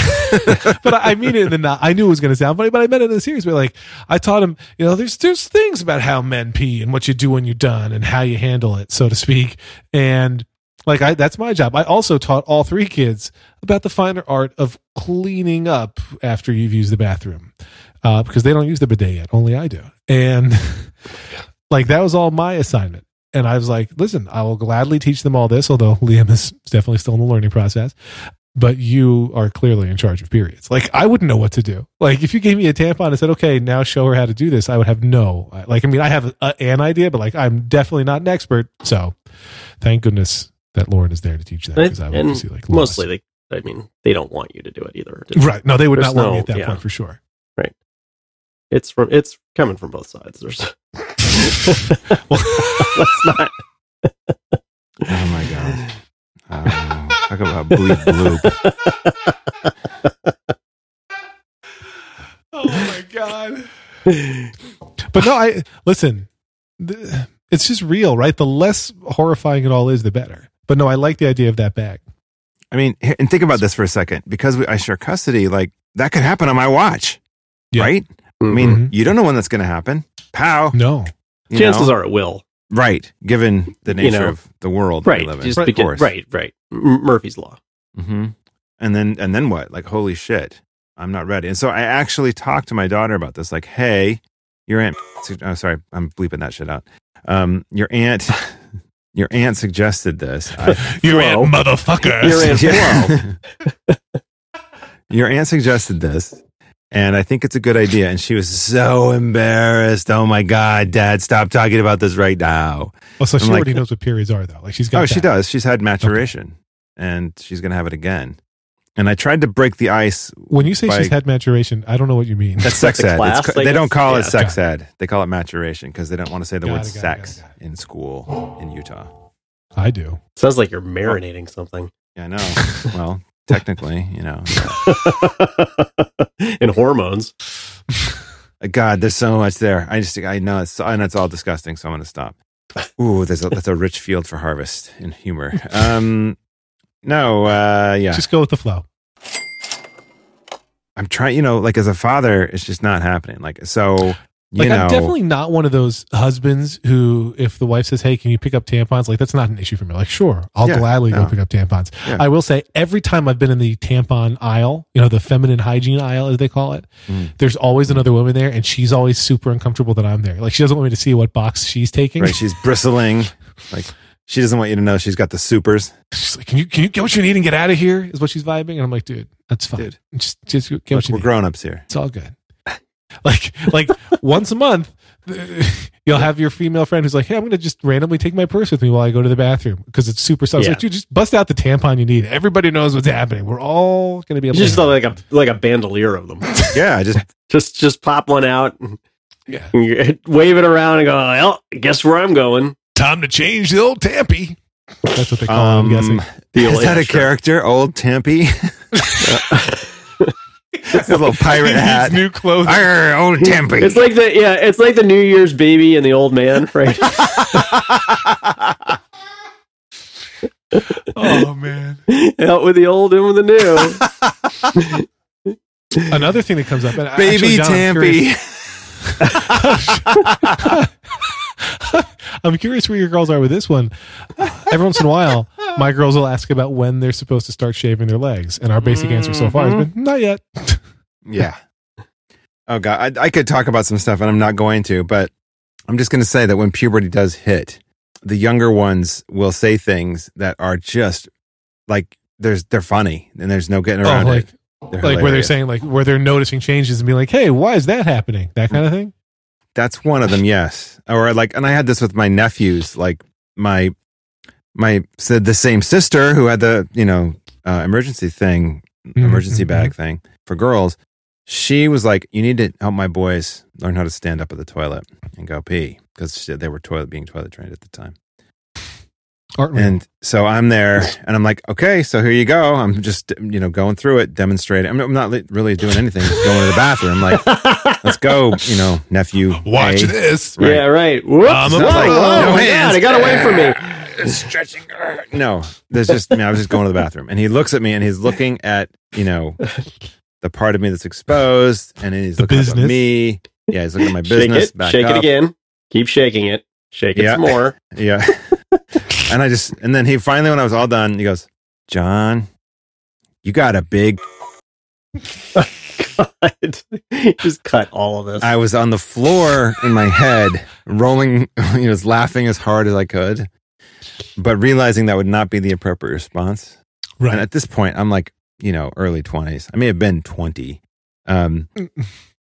Speaker 1: (laughs) but I I mean it in the not. I knew it was going to sound funny, but I meant it in a serious way. Like I taught him, you know, there's there's things about how men pee and what you do when you're done and how you handle it, so to speak. And like I, that's my job. I also taught all three kids about the finer art of cleaning up after you've used the bathroom, uh, because they don't use the bidet yet. Only I do, and (laughs) like that was all my assignment. And I was like, listen, I will gladly teach them all this, although Liam is definitely still in the learning process but you are clearly in charge of periods. Like I wouldn't know what to do. Like if you gave me a tampon and said, "Okay, now show her how to do this," I would have no. Like I mean, I have a, an idea, but like I'm definitely not an expert. So thank goodness that Lauren is there to teach that because I would
Speaker 2: And
Speaker 1: just be like lost.
Speaker 2: Mostly, they, I mean, they don't want you to do it either.
Speaker 1: right. No, they would
Speaker 2: There's
Speaker 1: not want me
Speaker 2: no-
Speaker 1: at that
Speaker 2: yeah.
Speaker 1: point for sure. (laughs)
Speaker 2: It's from it's coming from both sides. (laughs) There's let's not.
Speaker 3: (laughs) (laughs) Oh my god! Oh, talk about bleep bloop.
Speaker 1: Oh my god. But no, I listen. th- It's just real, right? The less horrifying it all is, the better. But no, I like the idea of that bag.
Speaker 3: I mean, here- and think about this for a second. Because we, I share custody, like that could happen on my watch.
Speaker 1: Yeah. Mm-hmm.
Speaker 3: right?
Speaker 2: (laughs)
Speaker 3: I mean, you don't know when that's going to happen. Pow.
Speaker 1: No.
Speaker 3: you
Speaker 2: chances
Speaker 3: know?
Speaker 2: are it will.
Speaker 3: Right. Given the
Speaker 2: You
Speaker 3: nature
Speaker 2: know.
Speaker 3: of the world
Speaker 2: Right.
Speaker 3: we live in.
Speaker 2: Just
Speaker 3: Of
Speaker 2: because-
Speaker 3: course.
Speaker 2: right, right. M- Murphy's Law.
Speaker 3: hmm And then and then what? Like holy shit, I'm not ready. And so I actually talked to my daughter about this. Like, hey, your aunt. (laughs) Oh, sorry, I'm bleeping that shit out. Um, your aunt, (laughs) your aunt suggested this. I, (laughs)
Speaker 1: You're
Speaker 2: Hello.
Speaker 1: in, motherfuckers.
Speaker 2: You're in.
Speaker 3: Yeah. your aunt suggested this. And I think it's a good idea. And she was so embarrassed. Oh my God, dad, stop talking about this right now.
Speaker 1: Well, so she
Speaker 3: I'm like-
Speaker 1: already knows what periods are, though. Like she's got.
Speaker 3: oh, she
Speaker 1: that.
Speaker 3: does. She's had maturation and she's going to have it again. And I tried to break the ice
Speaker 1: When you say
Speaker 3: By-
Speaker 1: she's had maturation, I don't know what you
Speaker 3: (laughs)
Speaker 1: mean.
Speaker 3: That's sex
Speaker 2: Like a
Speaker 3: ed.
Speaker 2: class,
Speaker 3: It's ca-
Speaker 2: I
Speaker 3: they don't
Speaker 2: guess?
Speaker 3: call it
Speaker 2: Yeah.
Speaker 3: sex ed. They call it maturation because they don't want to say the
Speaker 1: Got
Speaker 3: word
Speaker 1: it, got it, got it,
Speaker 3: sex
Speaker 1: got
Speaker 3: in school in (gasps) Utah.
Speaker 1: I do.
Speaker 2: Sounds like you're marinating something (laughs)
Speaker 3: Yeah, I know. well, technically, you know.
Speaker 2: in hormones.
Speaker 3: (laughs) Uh, God, there's so much there. I just, I know it's, and it's all disgusting. So I'm going to (laughs) stop. Ooh, there's a, that's a rich field for harvest in humor. Um, no, uh, yeah,
Speaker 1: Just go with the flow.
Speaker 3: I'm trying. You know, like as a father, it's just not happening. Like so, you
Speaker 1: Like
Speaker 3: know,
Speaker 1: I'm definitely not one of those husbands who, if the wife says, "Hey, can you pick up tampons?" Like that's not an issue for me. Like sure, I'll
Speaker 3: Yeah,
Speaker 1: gladly
Speaker 3: no.
Speaker 1: go pick up tampons.
Speaker 3: Yeah.
Speaker 1: I will say every time I've been in the tampon aisle, you know, the feminine hygiene aisle as they call it,
Speaker 3: Mm.
Speaker 1: there's always another woman there, and she's always super uncomfortable that I'm there. Like she doesn't want me to see what box she's taking.
Speaker 3: right. She's (laughs) bristling. Like she doesn't want you to know she's got the supers.
Speaker 1: She's like, "Can you can you get what you need and get out of here?" Is what she's vibing, and I'm like, "Dude, that's fine.
Speaker 3: Dude.
Speaker 1: Just just get
Speaker 3: Look,
Speaker 1: what you
Speaker 3: we're
Speaker 1: need.
Speaker 3: grown ups here.
Speaker 1: It's all good." like like once a month, you'll have your female friend who's like, "Hey, I'm gonna just randomly take my purse with me while I go to the bathroom because it's super soft."
Speaker 2: Yeah.
Speaker 1: Like, dude, just bust out the tampon you need. Everybody knows what's happening. We're all gonna be able.
Speaker 2: It's
Speaker 1: to
Speaker 2: just
Speaker 1: handle
Speaker 2: like a like a bandolier of them.
Speaker 3: Yeah, I just
Speaker 2: just just pop one out, and
Speaker 1: it. Yeah.
Speaker 2: wave it around, and go. Well, guess where I'm going.
Speaker 1: Time to change the old tampy. That's what they call it. I'm guessing.
Speaker 2: The
Speaker 3: is
Speaker 2: old-
Speaker 3: that a character? Old (laughs) Tampy? It's a little pirate hat.
Speaker 1: Needs new clothes.
Speaker 3: Arr, old Tampy. (laughs)
Speaker 2: It's like the yeah, it's like the New Year's baby and the old man, (laughs) right?
Speaker 1: Oh man.
Speaker 2: Out with the old and with the new.
Speaker 1: Another thing that comes up, and I- actually,
Speaker 3: Baby
Speaker 1: John, I'm curious- (laughs)
Speaker 3: Tampy.
Speaker 1: I'm curious where your girls are with this one. Every once in a while, my girls will ask about when they're supposed to start shaving their legs, and our basic answer so far has been not yet.
Speaker 3: Yeah. Oh god, I, I could talk about some stuff, and I'm not going to. But I'm just going to say that when puberty does hit, the younger ones will say things that are just like there's they're funny, and there's no getting
Speaker 1: Oh,
Speaker 3: around
Speaker 1: like
Speaker 3: it.
Speaker 1: like where they're
Speaker 3: hilarious.
Speaker 1: saying like where they're noticing changes and being like, "Hey, why is that happening?" That kind of thing.
Speaker 3: That's one of them, yes. Or like, and I had this with my nephews, like my my so the same sister who had the you know uh, emergency thing, emergency
Speaker 1: Mhm.
Speaker 3: bag thing for girls. She was like, "You need to help my boys learn how to stand up at the toilet and go pee because they were toilet being toilet trained at the time."
Speaker 1: Aren't we?
Speaker 3: And so I'm there and I'm like, okay, so here you go. I'm just, you know, going through it, demonstrating. I'm, I'm not li- really doing anything, just going to the bathroom. Like, let's go, you know, nephew. A.
Speaker 1: this.
Speaker 3: (laughs) Right.
Speaker 2: Yeah, right. Whoops.
Speaker 1: I'm a
Speaker 2: oh,
Speaker 1: pro.
Speaker 2: oh
Speaker 1: No
Speaker 2: my god, it got away from
Speaker 1: (laughs)
Speaker 2: me.
Speaker 3: me. Stretching. No, there's just, I, mean, I was just going to the bathroom. And he looks at me and he's looking at, you know, the part of me that's exposed. And he's
Speaker 1: The
Speaker 3: looking up
Speaker 1: business.
Speaker 3: at me. Yeah, he's looking at my
Speaker 2: Shake
Speaker 3: business.
Speaker 2: it. Shake
Speaker 3: up.
Speaker 2: it again. Keep shaking it. Shake it
Speaker 3: Yeah.
Speaker 2: some more.
Speaker 3: Yeah. and I just, and then he finally, when I was all done, he goes, John, you got a big.
Speaker 2: God. (laughs) Just cut all of this.
Speaker 3: I was on the floor in my head, rolling, (laughs) you know, laughing as hard as I could, but realizing that would not be the appropriate response.
Speaker 1: Right.
Speaker 3: And at this point, I'm like, you know, early 20s. I may have been 20. Um,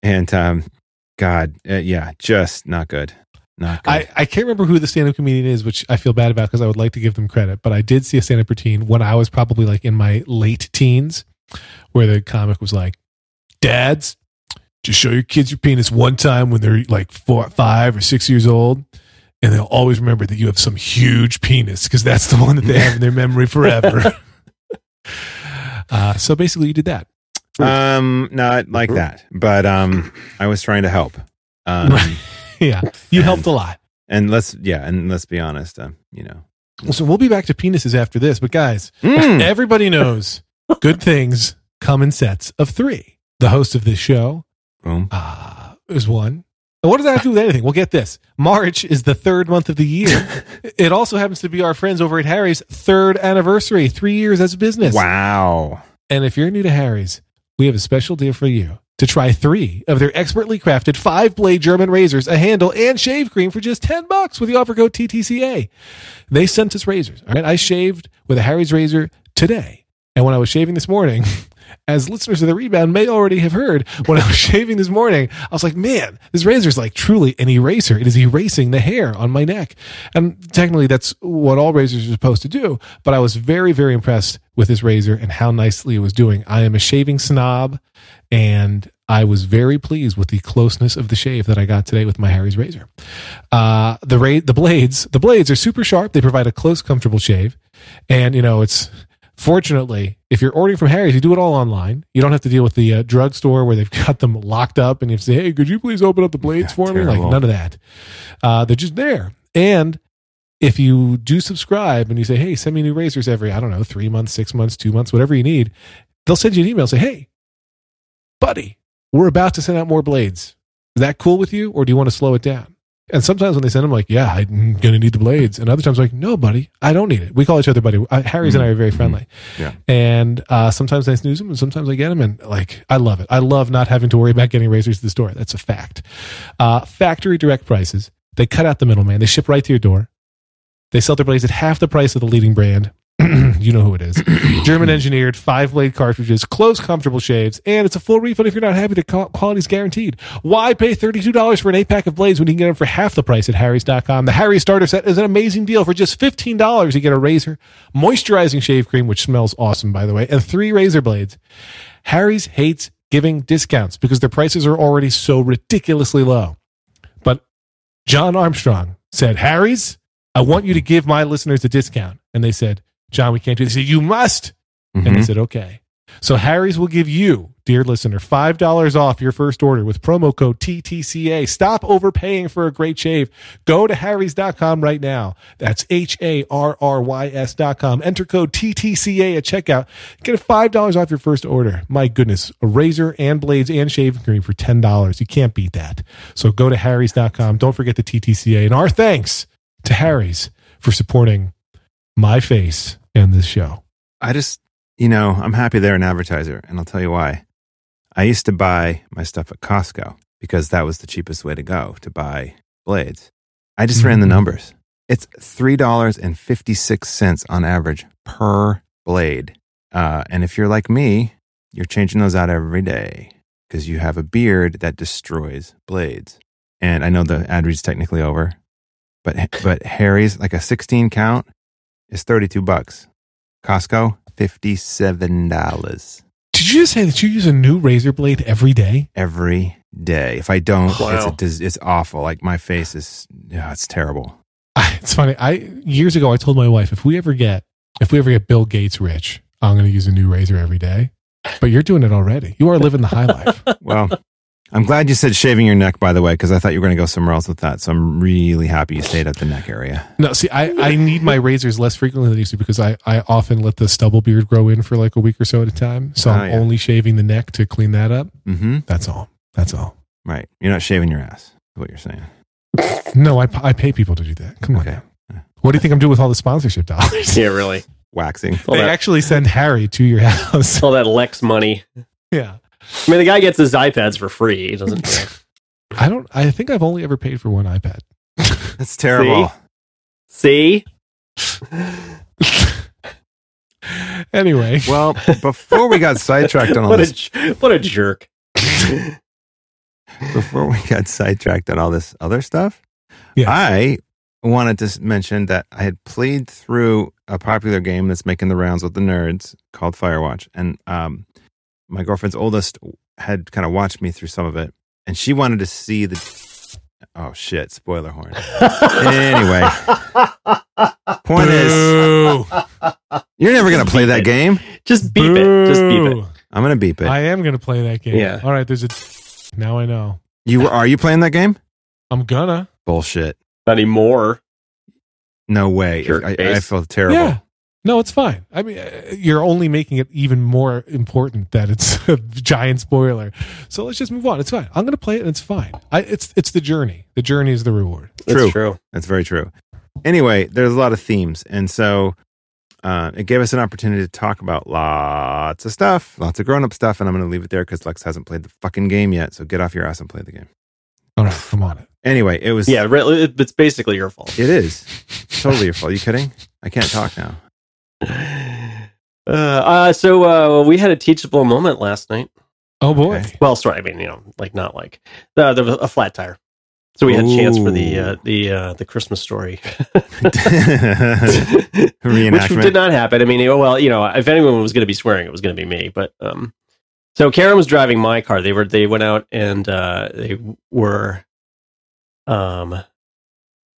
Speaker 3: and um, God, uh, yeah, just not good. Not good.
Speaker 1: I, I can't remember who the stand-up comedian is, which I feel bad about because I would like to give them credit, but I did see a stand-up routine when I was probably like in my late teens, where the comic was like, "Dads, just show your kids your penis one time when they're like four, five, or six years old, and they'll always remember that you have some huge penis because that's the one that they have in their memory forever." uh, so basically, you did that. (laughs)
Speaker 3: um, not like that, but um, I was trying to help. Um,
Speaker 1: yeah, you helped a lot.
Speaker 3: And let's, yeah, and let's be honest, um, you know.
Speaker 1: So we'll be back to penises after this, but guys.
Speaker 3: Mm.
Speaker 1: Everybody knows good things come in sets of three. The host of this show,
Speaker 3: Boom.
Speaker 1: uh, is one. And what does that have to do with anything? Well, get this. March is the third month of the year.
Speaker 3: (laughs)
Speaker 1: it also happens to be our friends over at Harry's third anniversary, three years as a business.
Speaker 3: Wow.
Speaker 1: And if you're new to Harry's, we have a special deal for you to try three of their expertly crafted five blade German razors, a handle, and shave cream for just 10 bucks with the offer code TTCA. They sent us razors. All right. I shaved with a Harry's razor today. And when I was shaving this morning, (laughs) as listeners of the rebound may already have heard, when I was (laughs) shaving this morning, I was like, man, this razor is like truly an eraser. It is erasing the hair on my neck. And technically, that's what all razors are supposed to do. But I was very, very impressed with this razor and how nicely it was doing. I am a shaving snob, and I was very pleased with the closeness of the shave that I got today with my Harry's razor. Uh, the ra- the blades, the blades are super sharp. They provide a close, comfortable shave, and you know it's Fortunately, if you're ordering from Harry's, you do it all online. You don't have to deal with the uh, drugstore where they've (laughs) got them locked up and you have to say, hey, could you please open up the blades
Speaker 3: Yeah,
Speaker 1: for me? Like,
Speaker 3: terrible.
Speaker 1: none of that. Uh, they're just there. And if you do subscribe and you say, hey, send me new razors every, I don't know, three months, six months, two months, whatever you need, they'll send you an email say, hey, buddy, we're about to send out more blades. Is that cool with you? Or do you want to slow it down? And sometimes when they send them, like, yeah, I'm going to need the blades. And other times, like, no, buddy, I don't need it. We call each other buddy. Uh, Harry's and I are very
Speaker 3: Mhm.
Speaker 1: friendly.
Speaker 3: Yeah.
Speaker 1: And uh, sometimes I snooze them and sometimes I get them. And like, I love it. I love not having to worry about getting razors to the store. That's a fact. Uh, factory direct prices. They cut out the middleman. They ship right to your door. They sell their blades at half the price of the leading brand. (clears throat) you know who it is. German engineered five blade cartridges, close, comfortable shaves, and it's a full refund if you're not happy. The qual- quality's guaranteed. Why pay $32 for an eight pack of blades when you can get them for half the price at Harry's.com? The Harry's starter set is an amazing deal. For just $15, you get a razor, moisturizing shave cream, which smells awesome, by the way, and three razor blades. Harry's hates giving discounts because their prices are already so ridiculously low. But John Armstrong said, Harry's, I want you to give my listeners a discount. And they said, John, we can't do this. He said, You must. And they
Speaker 3: Mhm.
Speaker 1: said, okay. So Harry's will give you, dear listener, $5 off your first order with promo code TTCA. Stop overpaying for a great shave. Go to harrys.com right now. That's H A R R Y S.com. Enter code TTCA at checkout. Get $5 off your first order. My goodness, a razor and blades and shaving cream for $10. You can't beat that. So go to harrys.com. Don't forget the TTCA. And our thanks to Harry's for supporting my face and this show.
Speaker 3: I just, you know, I'm happy they're an advertiser, and I'll tell you why. I used to buy my stuff at Costco because that was the cheapest way to go to buy blades. I just ran the
Speaker 1: Mhm.
Speaker 3: numbers. It's $3.56 on average per blade. Uh, and if you're like me, you're changing those out every day because you have a beard that destroys blades. And I know the ad reads technically over, but, but Harry's, like a 16 count, is 32 bucks. Costco, fifty-seven dollars
Speaker 1: Did you just say that you use a new razor blade every day?
Speaker 3: every day. If I don't,
Speaker 2: Wow.
Speaker 3: it's a, dis- it's awful. Like my face is, yeah, it's terrible.
Speaker 1: I, it's funny. I years ago I told my wife if we ever get if we ever get Bill Gates rich, I'm going to use a new razor every day. But you're doing it already. You are living the high life.
Speaker 3: Well, (laughs) I'm glad you said shaving your neck, by the way, because I thought you were going to go somewhere else with that. So I'm really happy you stayed at the neck area.
Speaker 1: No, see, I, I need my razors less frequently than I used to because I, I often let the stubble beard grow in for like a week or so at a time. So
Speaker 3: Oh,
Speaker 1: I'm
Speaker 3: yeah.
Speaker 1: only shaving the neck to clean that up.
Speaker 3: Mm-hmm.
Speaker 1: That's all. That's all.
Speaker 3: Right. You're not shaving your ass. Is what you're saying?
Speaker 1: No, I, p- I pay people to do that. Come on.
Speaker 3: Okay.
Speaker 1: now. What do you think I'm doing with all the sponsorship dollars?
Speaker 2: Yeah, really.
Speaker 3: Waxing.
Speaker 2: All
Speaker 1: They
Speaker 2: that,
Speaker 1: actually send Harry to your (laughs)
Speaker 2: (laughs)
Speaker 1: house.
Speaker 2: all that Lex money.
Speaker 1: yeah.
Speaker 2: I mean, the guy gets his iPads for free. He doesn't.
Speaker 1: I don't. I think I've only ever paid for one iPad. (laughs)
Speaker 3: That's terrible.
Speaker 2: (laughs) See?
Speaker 1: Anyway,
Speaker 3: Well, before we got sidetracked on
Speaker 2: (laughs)
Speaker 3: all
Speaker 2: what, a,
Speaker 3: this,
Speaker 2: j- what a (laughs) jerk.
Speaker 3: before we got sidetracked on all this other stuff,
Speaker 1: Yeah.
Speaker 3: I wanted to s- mention that I had played through a popular game that's making the rounds with the nerds called Firewatch, and um, my girlfriend's oldest had kind of watched me through some of it, and she wanted to see the. Oh shit! Spoiler horn.
Speaker 1: (laughs)
Speaker 3: Anyway, point is, you're never gonna play that game.
Speaker 2: Just beep it. Just beep it.
Speaker 3: I'm gonna beep it.
Speaker 1: I am gonna play that game.
Speaker 2: Yeah.
Speaker 1: All right. There's a. Now I know.
Speaker 3: You are you playing that game?
Speaker 1: I'm gonna.
Speaker 3: Bullshit.
Speaker 2: Not anymore.
Speaker 3: No way.
Speaker 2: Jerk
Speaker 3: I, I
Speaker 2: face.
Speaker 3: feel terrible.
Speaker 1: Yeah. No, it's fine. I mean, uh, you're only making it even more important that it's (laughs) a giant spoiler. So let's just move on. It's fine. I'm going to play it, and it's fine. I, it's it's the journey. The journey is the reward.
Speaker 3: True.
Speaker 2: It's true.
Speaker 3: That's very true. Anyway, there's a lot of themes, and so uh, it gave us an opportunity to talk about lots of stuff, lots of grown-up stuff, and I'm going to leave it there because Lex hasn't played the fucking game yet. So get off your ass and play the game.
Speaker 1: All right, I'm on it.
Speaker 3: Anyway, it was
Speaker 2: Yeah, re- it- it's basically your (sighs) fault.
Speaker 3: It is totally your fault. you kidding? I can't talk
Speaker 2: (laughs)
Speaker 3: now.
Speaker 2: Uh, uh, so uh, we had a teachable moment last night.
Speaker 1: Oh boy,
Speaker 3: Okay.
Speaker 2: Well, sorry, I mean, you know, like not like uh, there was a flat tire. So we had a chance for the uh,
Speaker 3: Ooh.
Speaker 2: the uh, the Christmas story, (laughs) which
Speaker 3: Reenactment.
Speaker 2: did not happen. I mean, oh, well, you know, if anyone was going to be swearing, it was going to be me. But um, so Karen was driving my car. They were they went out and uh, they were, um,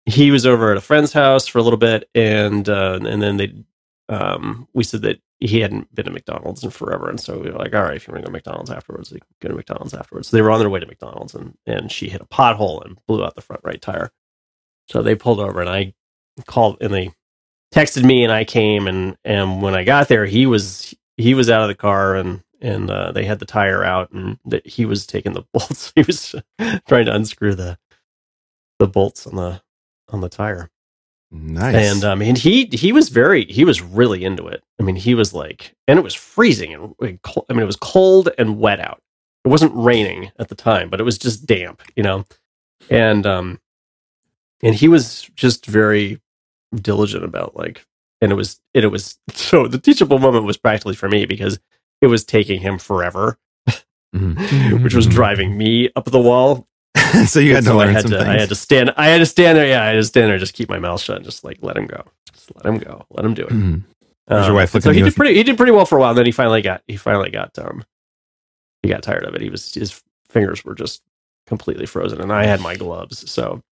Speaker 2: he was over at a friend's house for a little bit, and uh, and then they um, we said that he hadn't been to McDonald's in forever, and so we were like, all right, if you want to go to McDonald's afterwards, we can go to McDonald's afterwards. So they were on their way to McDonald's, and and she hit a pothole and blew out the front right tire. So they pulled over, and I called, and they texted me, and I came, and and when I got there, he was he was out of the car, and and uh, they had the tire out, and that he was taking the (laughs) bolts. he was trying to unscrew the the bolts on the on the tire.
Speaker 3: nice.
Speaker 2: And um, and he he was very he was really into it. I mean, he was like, and it was freezing and, and col- I mean, it was cold and wet out. It wasn't raining at the time, but it was just damp, you know. And um, and he was just very diligent about like, and it was and it was (laughs) so the teachable moment was practically for me because it was taking him forever, (laughs)
Speaker 3: Mhm.
Speaker 2: which was
Speaker 3: Mhm.
Speaker 2: driving me up the wall
Speaker 3: (laughs) so you had to
Speaker 2: uh, so I
Speaker 3: learn
Speaker 2: had
Speaker 3: some
Speaker 2: to,
Speaker 3: things.
Speaker 2: I
Speaker 3: (clears throat)
Speaker 2: had to stand. I had to stand there. Yeah, I had to stand there. and Just keep my mouth shut. And just like let him go. Just let him go. Let him do it.
Speaker 3: Mhm. Was your
Speaker 2: Um,
Speaker 3: wife looking
Speaker 2: so
Speaker 3: at
Speaker 2: he
Speaker 3: you
Speaker 2: did
Speaker 3: with-
Speaker 2: pretty. He did pretty well for a while. And then he finally got. He finally got. Um, he got tired of it. He was his fingers were just completely frozen, and I had my gloves. So,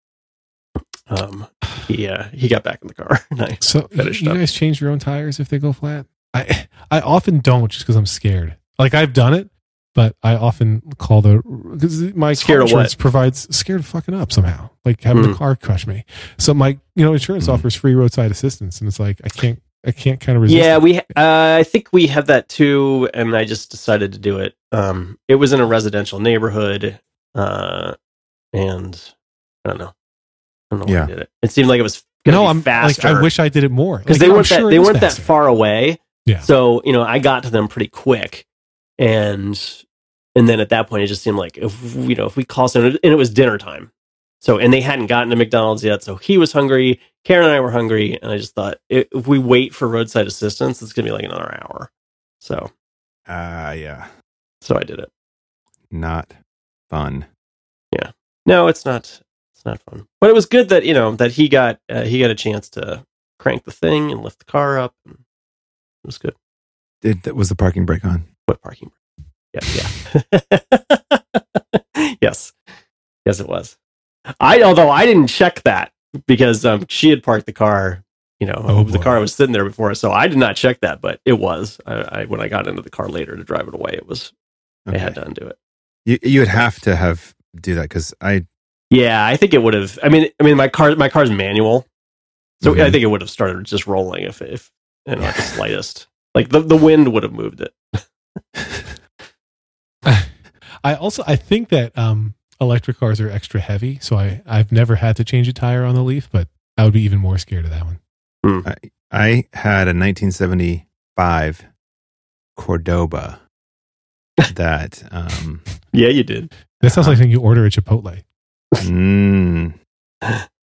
Speaker 2: um, he uh, he got back in the car. (laughs) and I-
Speaker 1: So you,
Speaker 2: Finished
Speaker 1: you
Speaker 2: up.
Speaker 1: guys change your own tires if they go flat. I I often don't just because I'm scared. Like I've done it, but I often call the because my car
Speaker 2: Scared of
Speaker 1: insurance provides scared of fucking up somehow. Like having the
Speaker 2: Hmm.
Speaker 1: car crush me. So my you know insurance
Speaker 3: Hmm.
Speaker 1: offers free roadside assistance, and it's like I can't I can't kind of resist.
Speaker 2: yeah, we. Uh, I think we have that too, and I just decided to do it. Um, it was in a residential neighborhood, uh, and I don't know. I don't know why
Speaker 3: Yeah.
Speaker 2: I did it. It seemed like it was
Speaker 1: it.
Speaker 2: gonna
Speaker 1: no,
Speaker 2: be
Speaker 1: I'm
Speaker 2: faster.
Speaker 1: like I wish I did it more
Speaker 2: because
Speaker 1: Like,
Speaker 2: they
Speaker 1: I'm
Speaker 2: weren't
Speaker 1: sure
Speaker 2: that
Speaker 1: it
Speaker 2: they
Speaker 1: is
Speaker 2: weren't that
Speaker 1: faster.
Speaker 2: far (laughs) away.
Speaker 1: Yeah.
Speaker 2: So you know, I got to them pretty quick, and and then at that point, it just seemed like if you know if we call someone and it was dinner time, so and they hadn't gotten to McDonald's yet, so he was hungry. Karen and I were hungry, and I just thought i- if we wait for roadside assistance, it's gonna be like another hour. So
Speaker 3: Ah, yeah,
Speaker 2: so I did it.
Speaker 3: not fun.
Speaker 2: No, it's not. It's not fun, but it was good that you know that he got uh, he got a chance to crank the thing and lift the car up. It was good.
Speaker 3: Did that was the parking brake on?
Speaker 2: what parking yeah yeah (laughs) yes yes it was i although i didn't check that because um she had parked the car you know
Speaker 1: Oh,
Speaker 2: the
Speaker 1: boy.
Speaker 2: car was sitting there before so i did not check that but it was i, I when i got into the car later to drive it away it was i had to undo it
Speaker 3: You you would have to have do that because I
Speaker 2: yeah i think it would have i mean i mean my car my car's manual so
Speaker 3: Mhm.
Speaker 2: i think it would have started just rolling if if you know, (laughs) at the slightest like the, the wind would have moved it
Speaker 1: (laughs) I also I think that um electric cars are extra heavy, so I I've never had to change a tire on the Leaf, but I would be even more scared of that one.
Speaker 3: I had a 1975 Cordoba that um
Speaker 2: yeah you did
Speaker 1: That sounds like something you order at Chipotle.
Speaker 3: mm,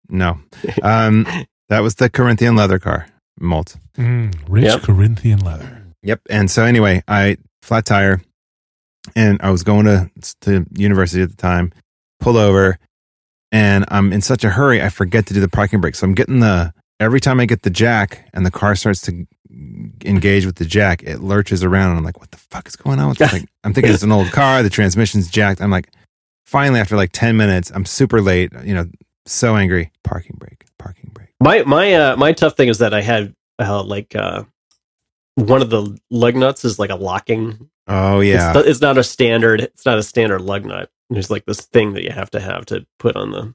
Speaker 3: no um that was the Corinthian leather car molt.
Speaker 1: Mm, rich
Speaker 2: Yep.
Speaker 1: Corinthian leather.
Speaker 3: Yep. And so anyway, I flat tire, and I was going to to university at the time. Pull over, and I'm in such a hurry, I forget to do the parking brake. So I'm getting the every time I get the jack, and the car starts to engage with the jack, it lurches around, and I'm like, "What the fuck is going on?" With
Speaker 2: (laughs)
Speaker 3: this thing? I'm thinking it's an old car. The transmission's jacked. I'm like, finally, after like ten minutes, I'm super late. You know, so angry. Parking brake. Parking brake.
Speaker 2: My my uh my tough thing is that I had uh, like uh one of the lug nuts is like a locking.
Speaker 3: Oh yeah.
Speaker 2: it's, not- it's not a standard. It's not a standard lug nut. There's like this thing that you have to have to put on the.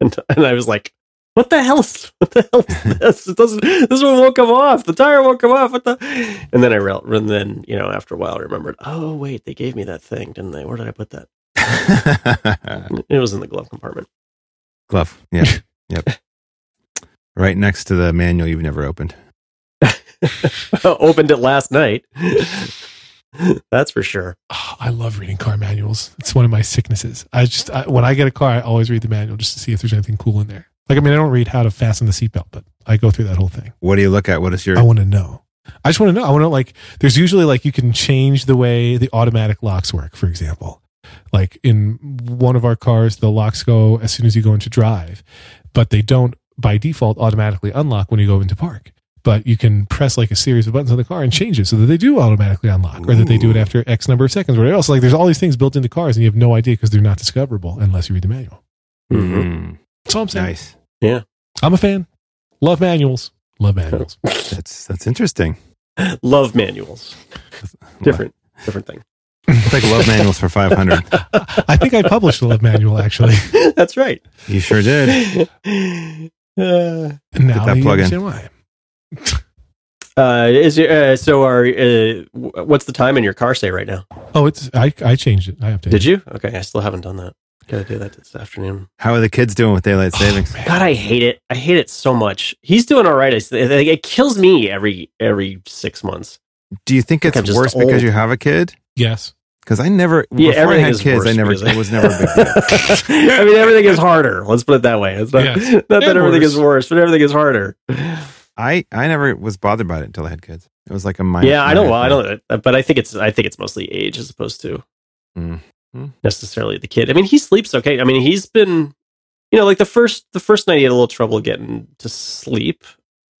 Speaker 2: And, and I was like, what the hell is what the hell is this? It doesn't this one won't come off. The tire won't come off. What the and then I real and then, you know, after a while I remembered, oh wait, they gave me that thing, didn't they? Where did I put that?
Speaker 3: (laughs)
Speaker 2: It was in the glove compartment. (laughs)
Speaker 3: Glove. Yeah. Yep. Right next to the manual you've never opened.
Speaker 2: Opened it last night. (laughs) That's for sure.
Speaker 1: Oh, I love reading car manuals. It's one of my sicknesses. I just I, when I get a car, I always read the manual just to see if there's anything cool in there. Like I mean, I don't read how to fasten the seatbelt, but I go through that whole thing.
Speaker 3: What do you look at? What is your?
Speaker 2: Oh,
Speaker 1: I want to know. I just want to know. I want to like. There's usually like you can change the way the automatic locks work. For example, like in one of our cars, the locks go as soon as you go into drive, but they don't by default automatically unlock when you go into park. But you can press like a series of buttons on the car and change it so that they do automatically unlock, or that they do it after X number of seconds, or whatever else. Like there's all these things built into cars, and you have no idea because they're not discoverable unless you read the manual.
Speaker 2: Mm-hmm.
Speaker 3: Mm,
Speaker 1: That's all I'm saying.
Speaker 3: nice.
Speaker 1: I'm a fan. Love manuals. Love manuals.
Speaker 3: That's that's interesting.
Speaker 2: Love
Speaker 3: (laughs)
Speaker 2: manuals. Different different thing.
Speaker 3: It's like love manuals for
Speaker 2: (laughs)
Speaker 3: five hundred.
Speaker 1: I think I published a love manual actually.
Speaker 2: That's right.
Speaker 3: You sure did.
Speaker 2: (laughs) Uh,
Speaker 1: And now
Speaker 3: Get that
Speaker 1: you
Speaker 3: plug in.
Speaker 1: understand why.
Speaker 2: uh, is your, uh, so are uh, w- what's the time in your car say right now?
Speaker 1: Oh, it's I, I changed it. I updated.
Speaker 2: Did you? Okay, I still haven't done that. Gotta do that this afternoon.
Speaker 3: How are the kids doing with
Speaker 1: Oh,
Speaker 2: (sighs)
Speaker 3: daylight savings?
Speaker 2: God, I hate it. I hate it so much. He's doing all right. I, s- it it kills me every every six
Speaker 3: (laughs)
Speaker 2: months.
Speaker 3: Do you think
Speaker 2: Like
Speaker 3: it's
Speaker 2: I'm just
Speaker 3: worse
Speaker 2: old.
Speaker 3: because you have a kid?
Speaker 1: Yes.
Speaker 3: Because I never
Speaker 2: Yeah,
Speaker 3: before I
Speaker 2: everything
Speaker 3: had
Speaker 2: is
Speaker 3: kids,
Speaker 2: worse
Speaker 3: I never
Speaker 2: because
Speaker 3: it
Speaker 2: (laughs)
Speaker 3: was never a big deal.
Speaker 2: I mean, everything is harder. Let's put it that way. It's not,
Speaker 1: Yes.
Speaker 2: not that
Speaker 1: And
Speaker 2: everything
Speaker 1: worse.
Speaker 2: is worse, but everything is harder.
Speaker 3: I I never was bothered by it until I had kids. It was like a minor.
Speaker 2: yeah, I don't.
Speaker 3: minor
Speaker 2: Well, I
Speaker 3: thing.
Speaker 2: don't. uh, But I think it's. I think it's mostly age as opposed to
Speaker 3: Mm. Hmm.
Speaker 2: necessarily the kid. I mean, he sleeps okay. I mean, he's been, you know, like the first the first night he had a little trouble getting to sleep,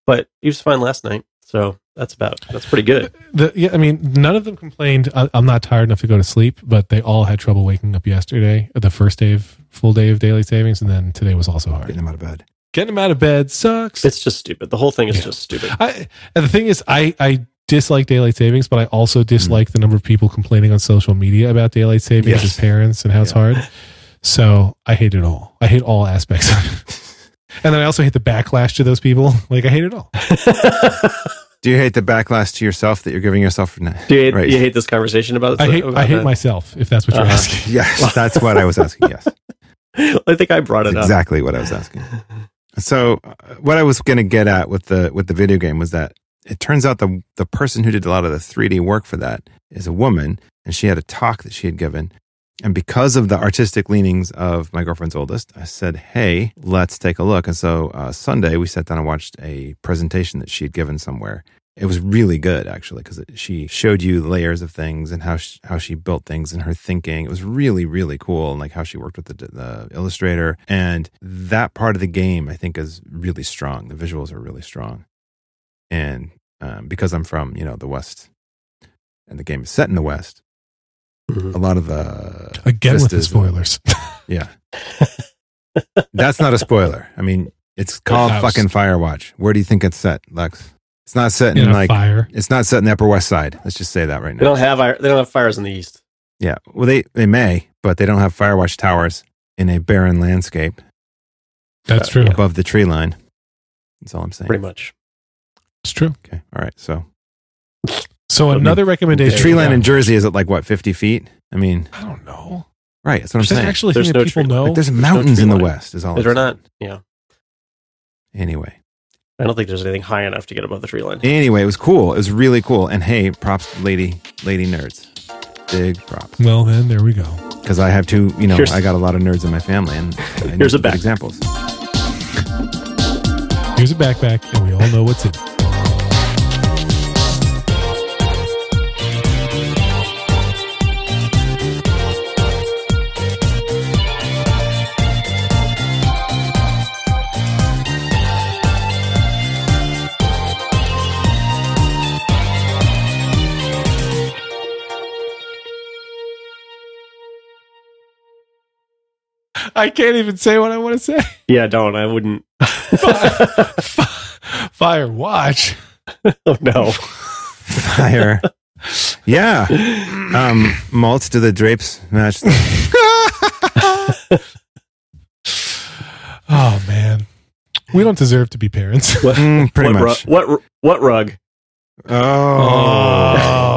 Speaker 2: but he was fine last night. So that's about. That's pretty good.
Speaker 1: The, yeah, I mean, none of them complained. I, I'm not tired enough to go to sleep, but they all had trouble waking up yesterday, the first day of full day of daylight savings, and then today was also
Speaker 3: Getting
Speaker 1: hard.
Speaker 3: them out of bed.
Speaker 1: Getting them out of bed sucks.
Speaker 2: It's just stupid. The whole thing is
Speaker 1: Yeah.
Speaker 2: just stupid.
Speaker 1: I, and the thing is, I, I dislike daylight savings, but I
Speaker 3: Mm-hmm.
Speaker 1: also dislike the number of people complaining on social media about daylight savings
Speaker 3: Yes.
Speaker 1: as parents and how it's hard. So I hate it all. I hate all aspects of
Speaker 3: (laughs)
Speaker 1: it. And then I also hate the backlash to those people. Like I hate it all.
Speaker 3: Do you hate the backlash to yourself that you're giving yourself? for now?
Speaker 2: Do you, hate,
Speaker 3: Right.
Speaker 2: you hate this conversation about?
Speaker 1: I hate
Speaker 2: about
Speaker 1: I hate
Speaker 2: that?
Speaker 1: myself if that's what you're
Speaker 2: Uh-huh.
Speaker 1: asking. (laughs)
Speaker 3: (laughs) Yes, that's what I was asking. Yes,
Speaker 2: (laughs) I think I brought it
Speaker 3: that's
Speaker 2: up.
Speaker 3: exactly what I was asking. So, uh, what I was going to get at with the with the video game was that it turns out the the person who did a lot of the 3D work for that is a woman, and she had a talk that she had given, and because of the artistic leanings of my girlfriend's oldest, I said, "Hey, let's take a look." And so uh, Sunday we sat down and watched a presentation that she had given somewhere. It was really good actually because she showed you layers of things and how she, how she built things and her thinking. It was really really cool and like how she worked with the, the illustrator and that part of the game I think is really strong. The visuals are really strong, and um, because I'm from you know the West, and the game is set in the West,
Speaker 2: Mhm.
Speaker 3: a lot
Speaker 1: (laughs)
Speaker 3: of the
Speaker 1: Again with the
Speaker 3: Vistas and-
Speaker 1: spoilers. (laughs)
Speaker 3: yeah. That's not a spoiler. I mean, it's called
Speaker 1: House.
Speaker 3: fucking Firewatch. Where do you think it's set, Lex? It's not set in
Speaker 1: In a
Speaker 3: like
Speaker 1: fire.
Speaker 3: it's not set in the Upper West Side. Let's just say that right
Speaker 2: They
Speaker 3: now.
Speaker 2: don't have ir- they don't have fires in the east.
Speaker 3: Yeah. Well, they they may, but they don't have Firewatch towers in a barren landscape
Speaker 1: That's true.
Speaker 3: above the tree line. That's all I'm saying.
Speaker 2: Pretty much.
Speaker 1: It's true.
Speaker 3: Okay. All right. So
Speaker 1: So
Speaker 3: I mean,
Speaker 1: another
Speaker 3: the
Speaker 1: recommendation.
Speaker 3: tree line
Speaker 1: Yeah.
Speaker 3: in Jersey is at like what 50 feet. I mean,
Speaker 1: I don't know.
Speaker 3: right. That's what I'm
Speaker 1: Is that
Speaker 3: saying.
Speaker 1: actually a
Speaker 2: There's
Speaker 1: thing
Speaker 2: no
Speaker 1: that people
Speaker 2: tree-
Speaker 1: know?
Speaker 3: Like, there's mountains in the
Speaker 2: line.
Speaker 3: West. Is all.
Speaker 2: Is there
Speaker 3: I'm
Speaker 2: not?
Speaker 3: saying.
Speaker 2: Yeah.
Speaker 3: Anyway.
Speaker 2: I don't think there's anything high enough to get above the tree line. (laughs)
Speaker 3: Anyway, it was cool. It was really cool. And hey, props, to lady, lady nerds, big props.
Speaker 1: well then there we go.
Speaker 3: Because I have two. You know,
Speaker 2: Here's-
Speaker 3: I got a lot of nerds in my family,
Speaker 2: (laughs)
Speaker 3: and I need
Speaker 2: Here's a
Speaker 3: good
Speaker 2: back.
Speaker 3: examples.
Speaker 1: Here's a backpack and we all know what's in it. I can't even say what I want to say. (laughs)
Speaker 2: Yeah, don't. I wouldn't. (laughs)
Speaker 1: Fire watch.
Speaker 2: oh
Speaker 3: (laughs)
Speaker 2: no. (laughs)
Speaker 3: Fire. yeah. Um, mulch to the drapes
Speaker 2: (laughs)
Speaker 1: (laughs)
Speaker 3: match. the-
Speaker 1: oh man. We don't deserve to be parents.
Speaker 3: What,
Speaker 2: Mm, pretty
Speaker 3: what,
Speaker 2: much.
Speaker 3: Oh. Rug, what, what rug?
Speaker 2: Oh.